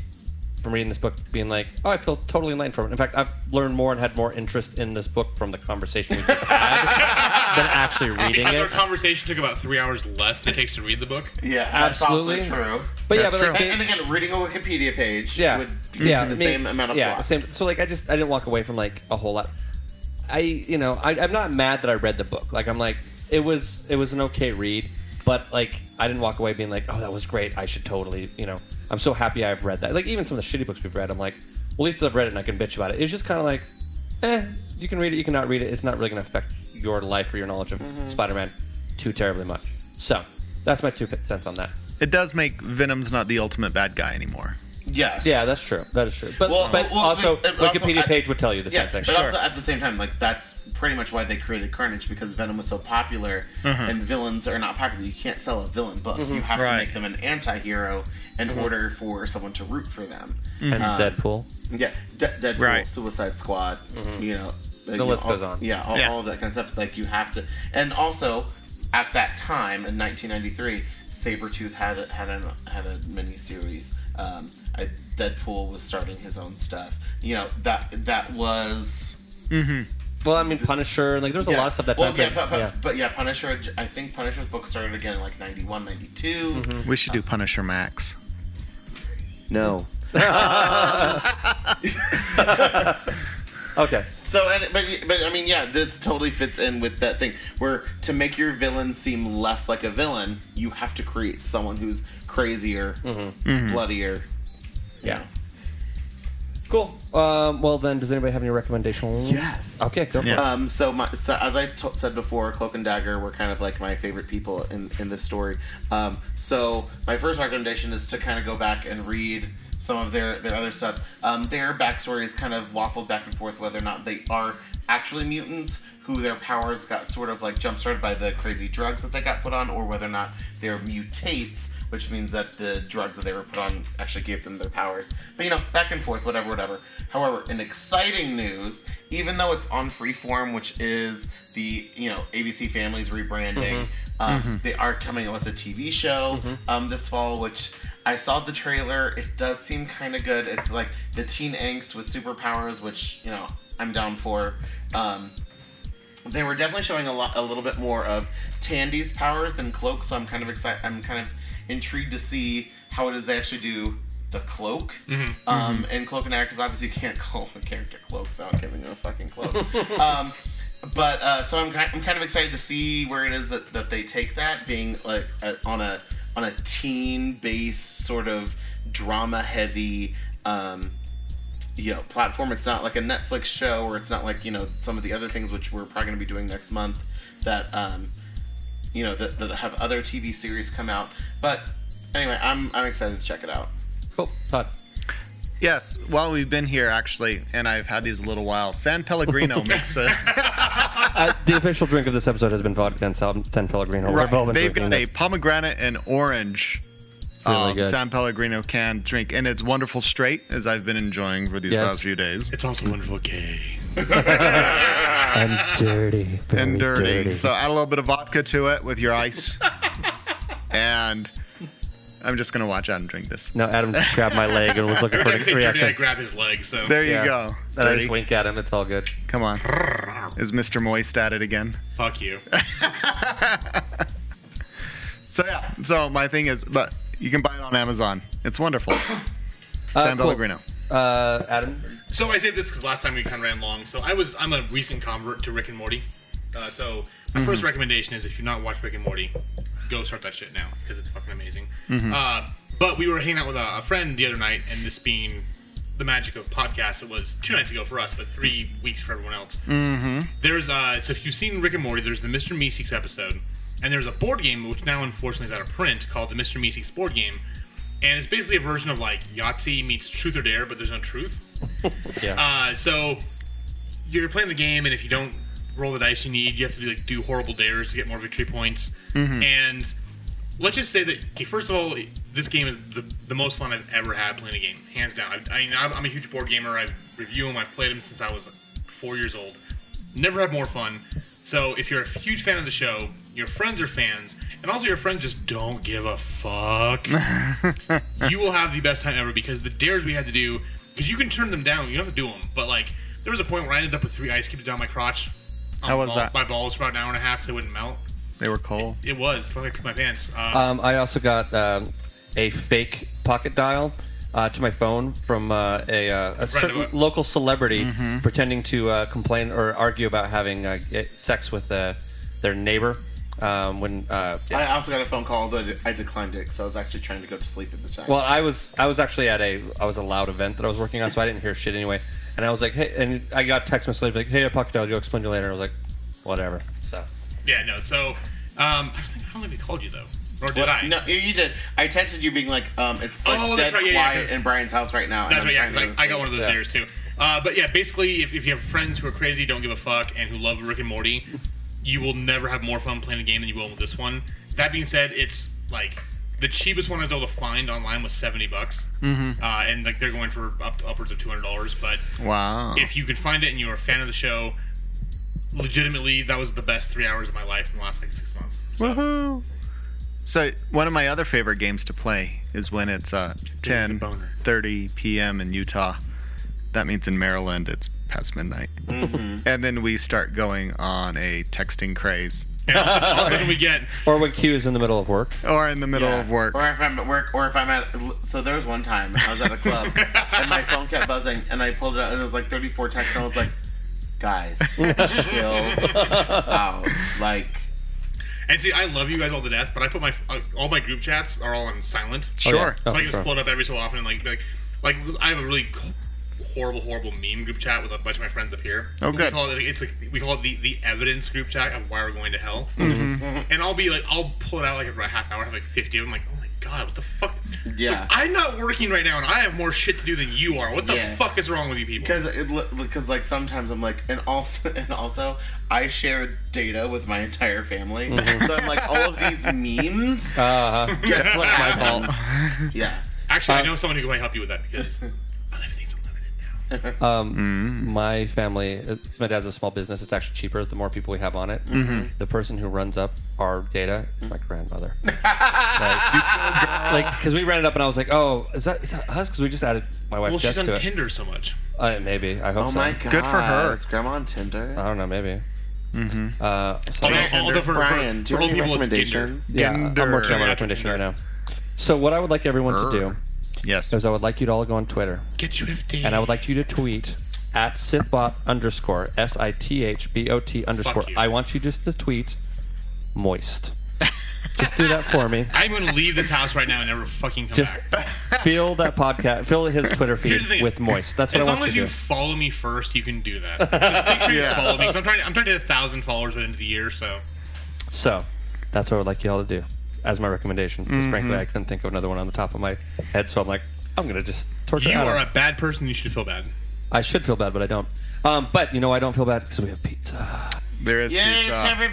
from reading this book being like, oh, I feel totally enlightened from it. In fact, I've learned more and had more interest in this book from the conversation we just had than actually reading
because
it.
our conversation took about three hours less than it takes to read the book.
yeah, that's
Absolutely.
also true.
But yeah, That's but, like, true.
and, and again, reading a Wikipedia page
yeah,
would get
yeah,
you the
I mean,
same amount of
yeah,
plot.
same. So like, I just I didn't walk away from like a whole lot. I you know I, I'm not mad that I read the book. Like I'm like it was it was an okay read, but like I didn't walk away being like oh that was great. I should totally you know I'm so happy I've read that. Like even some of the shitty books we've read, I'm like well at least I've read it and I can bitch about it. It's just kind of like eh you can read it you can not read it. It's not really going to affect your life or your knowledge of
Mm-hmm.
Mhm.
Spider-Man too terribly much. So that's my two cents on that.
It does make Venom's not the ultimate bad guy anymore.
Yes.
Yeah, that's true. That is true. But,
Well,
but
well,
also,
and
Wikipedia
also, I-
page would tell you the
yeah,
same
But
thing.
also at the same time, like that's pretty much why they created Carnage because Venom was so popular,
Mm-hmm.
Mhm.
and villains are not popular. You can't sell a villain book.
Mhm.
You have to
Right.
make them an anti-hero in
Mm-hmm.
Mhm.
order for someone to root for them.
Mhm. Hence
Um,
Deadpool.
Yeah, De- Deadpool,
Right.
Suicide Squad. You know,
Mm-hmm.
uh,
The
you know,
list
all-
goes on.
Yeah all,
Yeah.
all of that kind of stuff. Like you have to, and also at that time in 1993, Sabretooth had a, had an had a miniseries. Um, I, Deadpool was starting his own stuff. You know that that was.
Mm-hmm. Well, I mean, Punisher, like, there's a
Yeah.
lot of stuff that
well,
time.
yeah,
frame-
but, but,
yeah.
but yeah, Punisher. I think Punisher's book started again in like 91, 92.
Mm-hmm.
We should do Punisher Max.
No.
okay.
So, and, but but I mean, yeah, this totally fits in with that thing where to make your villain seem less like a villain, you have to create someone who's crazier,
Mhm.
bloodier.
Yeah. Cool. Um, well, then, does anybody have any recommendations?
Yes.
Okay, Uh, go for it.
Um, so, my, so as I t- said before, Cloak and Dagger were kind of like my favorite people in, in this story. Um, so, my first recommendation is to kind of go back and read some of their, their other stuff. Um, their backstory is kind of waffled back and forth whether or not they are actually mutants who their powers got sort of like jump started by the crazy drugs that they got put on, or whether or not they're mutates, which means that the drugs that they were put on actually gave them their powers. But you know, back and forth, whatever, whatever. However, in exciting news, even though it's on Freeform, which is the you know ABC Families rebranding,
Mhm.
um,
Mhm.
they are coming out with a TV show um, this fall, which. I saw the trailer. It does seem kind of good. It's like the teen angst with superpowers, which you know I'm down for. Um, they were definitely showing a lot, a little bit more of Tandy's powers than Cloak, so I'm kind of excited. I'm kind of intrigued to see how it is they actually do the cloak.
Mhm.
Um, And Cloak and Dagger, because obviously you can't call a character Cloak without giving them a fucking cloak. um, but uh, so I'm, ki- I'm kind of excited to see where it is that, that they take that, being like a, on a on a teen based sort of drama heavy um, you know platform. It's not like a Netflix show, or it's not like you know some of the other things which we're probably going to be doing next month that um, you know that, that have other TV series come out. But anyway, I'm I'm excited to check it out.
Cool, Todd.
Yes, while we've been here, actually, and I've had these a little while, San Pellegrino makes a.
uh, the official drink of this episode has been vodka and Sal- San Pellegrino. We've all been
They've
drinking
got a pomegranate and orange
Really
um,
good.
San Pellegrino can drink, and it's wonderful straight, as I've been enjoying for these
Yes.
past few days. It's also wonderful gay.
and dirty.
and
very
dirty. So add a little bit of vodka to it with your ice. and I'm just going to watch out and drink this.
No, Adam just grabbed my leg and was looking for
Every time I
a
say dirty, I
reaction.
grab his leg. So
There you go.
And I
Dirty.
just wink at him. It's all good.
Come on. Is Mr. Moist at it again?
Fuck you.
So yeah. So my thing is, but you can buy it on Amazon. It's wonderful. San
cool.
Pellegrino.
Uh, Adam.
So I say this because last time we kind of ran long. So I was I'm a recent convert to Rick and Morty. Uh, so my
Mhm.
first recommendation is if you've not watched Rick and Morty, go start that shit now because it's fucking amazing.
Mhm.
Uh, but we were hanging out with a, a friend the other night, and this being the magic of podcasts, it was two nights ago for us, but three weeks for everyone else.
Mm-hmm.
There's uh, so if you've seen Rick and Morty, there's the Mr. Meeseeks episode, and there's a board game which now unfortunately is out of print called the Mr. Meeseeks board game, and it's basically a version of like Yahtzee meets Truth or Dare, but there's no truth. Uh, so you're playing the game, and if you don't roll the dice you need, you have to like do horrible dares to get more victory points.
Mhm.
And let's just say that okay, first of all, this game is the, the most fun I've ever had playing a game, hands down. I, I mean, I'm I'm a huge board gamer. I review them. I played them since I was four years old. Never had more fun. So if you're a huge fan of the show, your friends are fans, and also your friends just don't give a fuck. you will have the best time ever because the dares we had to do, because you can turn them down, you don't have to do them. But like, there was a point where I ended up with three ice cubes down my crotch. on
How
the
was
ball-
that?
My balls for about an hour and a half, so they wouldn't melt.
They were cold.
It was. It felt like I pooped my pants. Uh,
Um, I also got um, a fake pocket dial uh, to my phone from uh, a, uh, a certain local celebrity pretending to uh, complain or argue about having uh, eh, sex with uh, their neighbor. Um, when uh,
I also got a phone call that I declined it because I was actually trying to go to sleep at the time.
Well, I was I was actually at a I was a loud event that I was working on, so I didn't hear shit anyway. And I was like, hey, and I got a text message like, hey, I pocket dial, you'll explain to you later. I was like, whatever. So
yeah, no. So um, I don't think I don't think we called you though, or did
Well,
I?
No, you- you did. I texted you being like, um, it's like
Oh,
dead
that's right, yeah, yeah,
quiet
'cause-
in Brian's house right now. and
That's
I'm
right. Yeah,
trying to
'cause
go to
I, I got one of
sleep.
those dares too. Uh, but yeah, basically, if, if you have friends who are crazy, don't give a fuck, and who love Rick and Morty, you will never have more fun playing a game than you will with this one. That being said, it's like the cheapest one I was able to find online was seventy bucks,
Mhm.
uh, and like they're going for up to upwards of two hundred dollars. But
Wow.
if you could find it and you're a fan of the show, legitimately, that was the best three hours of my life in the last like six months.
Woohoo! So one of my other favorite games to play is when it's uh, 10, 30 p.m. in Utah. That means in Maryland it's past midnight.
Mhm.
And then we start going on a texting craze.
And also, also when we get
or when Q is in the middle of work.
Or in the middle of work.
Or if I'm at work, or if I'm at. So there was one time I was at a club and my phone kept buzzing, and I pulled it out, and it was like 34 texts, and I was like, guys, chill out. Like,
And see, I love you guys all to death, but I put my uh, all my group chats are all on silent.
Oh, Sure. yeah.
So
Oh,
I just
sure.
pull it up every so often and like, be like, like I have a really horrible, horrible meme group chat with a bunch of my friends up here.
Oh,
we
good.
Call it, it's like we call it the, the evidence group chat of why we're going to hell.
Mhm.
And I'll be like, I'll pull it out like after a half hour, have like fifty of them. Like, oh my god, what the fuck?
yeah.
Like, I'm not working right now, and I have more shit to do than you are. What the
Yeah.
fuck is wrong with you people?
Because because like sometimes I'm like and also and also I share data with my entire family,
Mhm.
so I'm like all of these memes.
Uh,
guess what's my fault? yeah.
Actually,
Uh,
I know someone who might help you with that because
Um, My family, it's- my dad's a small business. It's actually cheaper the more people we have on it.
Mhm.
The person who runs up our data is my grandmother. like, because we ran it up, and I was like, "Oh, is that, is that us?" Because we just added my wife
well,
Jess
she's on
to it.
Tinder so much.
Uh, maybe. I hope
Oh
so.
my god.
Good for her. Uh,
Is grandma on Tinder.
I don't know. Maybe.
Mm-hmm.
Uh, so-
Although- although for- for- Brian, do you for have old any people, it's recommendations? Ginder.
Yeah, I'm working on
Ginder.
my recommendation right now. So what I would like everyone to do,
yes,
is I would like you to all go on Twitter,
Get swifty.
and I would like you to tweet at Sithbot underscore S I T H B O T underscore. I want you just to tweet moist. just do that for me.
I'm gonna leave this house right now and never fucking come
Just
back.
fill that podcast, fill his Twitter
Here's the
feed
thing,
with moist. That's what
as
I
long
want
as
you
you
to do.
follow me first, you can do that. Just make sure
Yes.
you follow me. 'cause I'm trying. I'm trying to hit a thousand followers by the end of the year. So
So that's what I would like you all to do as my recommendation. Because
Mhm.
frankly, I couldn't think of another one on the top of my head, so I'm like, I'm gonna just torture.
you
Adam.
are a bad person. You should feel bad.
I should feel bad, but I don't. Um, but you know, I don't feel bad because we have pizza.
There is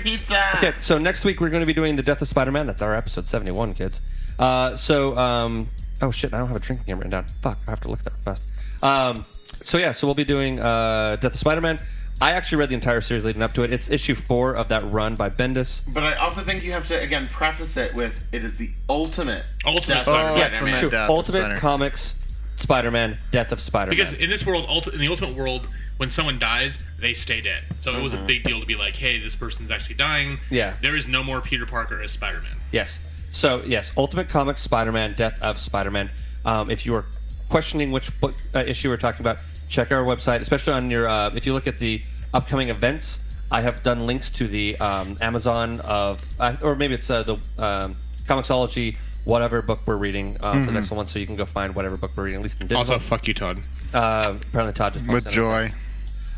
pizza.
Okay, so next week we're going to be doing the Death of Spider-Man. That's our episode seventy-one, kids. Uh, so, um, oh shit, I don't have a drinking game written down. Fuck, I have to look that fast. Um, so yeah, so we'll be doing uh, Death of Spider-Man. I actually read the entire series leading up to it. It's issue four of that run by Bendis.
But I also think you have to again preface it with it is the ultimate Death
yes,
Spider-Man.
true. Ultimate Comics Spider-Man: Death of Spider-Man.
Because in this world, ulti- in the ultimate world, when someone dies, they stay dead. So it was a
Mhm.
big deal to be like, hey, this person's actually dying.
Yeah.
There is no more Peter Parker as Spider-Man.
Yes. So yes, Ultimate Comics Spider-Man: Death of Spider-Man. Um, if you are questioning which book uh, issue we're talking about, check our website, especially on your. Uh, if you look at the upcoming events, I have done links to the um, Amazon of, uh, or maybe it's uh, the um, Comixology, whatever book we're reading uh, for
Mhm.
the next one, so you can go find whatever book we're reading, at least in digital.
Also, fuck you, Todd.
Uh, apparently, Todd just
With
popped in.
joy.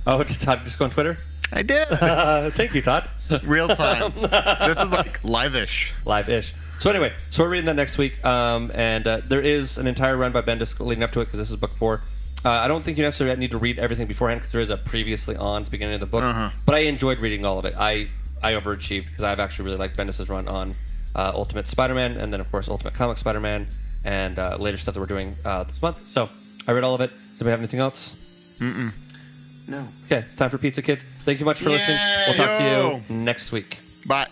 Oh, did Todd just go on Twitter? Uh,
I did.
thank you, Todd.
Real time. this is like live-ish.
Live-ish. So anyway, so we're reading that next week, um, and uh, there is an entire run by Bendis leading up to it because this is book four. Uh, I don't think you necessarily need to read everything beforehand because there is a previously on at the beginning of the book.
Uh-huh.
But I enjoyed reading all of it. I I overachieved because I've actually really liked Bendis's run on uh, Ultimate Spider-Man, and then of course Ultimate Comic Spider-Man, and uh, later stuff that we're doing uh, this month. So I read all of it. Does anybody have anything else?
Mm-mm.
No.
Okay, time for pizza, kids. Thank you much for listening. We'll talk
Yo.
to you next week.
Bye.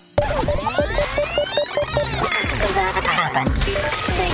So that happened. Thank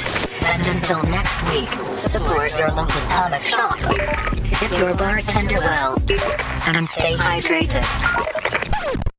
And until next week, support your local comic shop, tip your bartender well, and stay hydrated.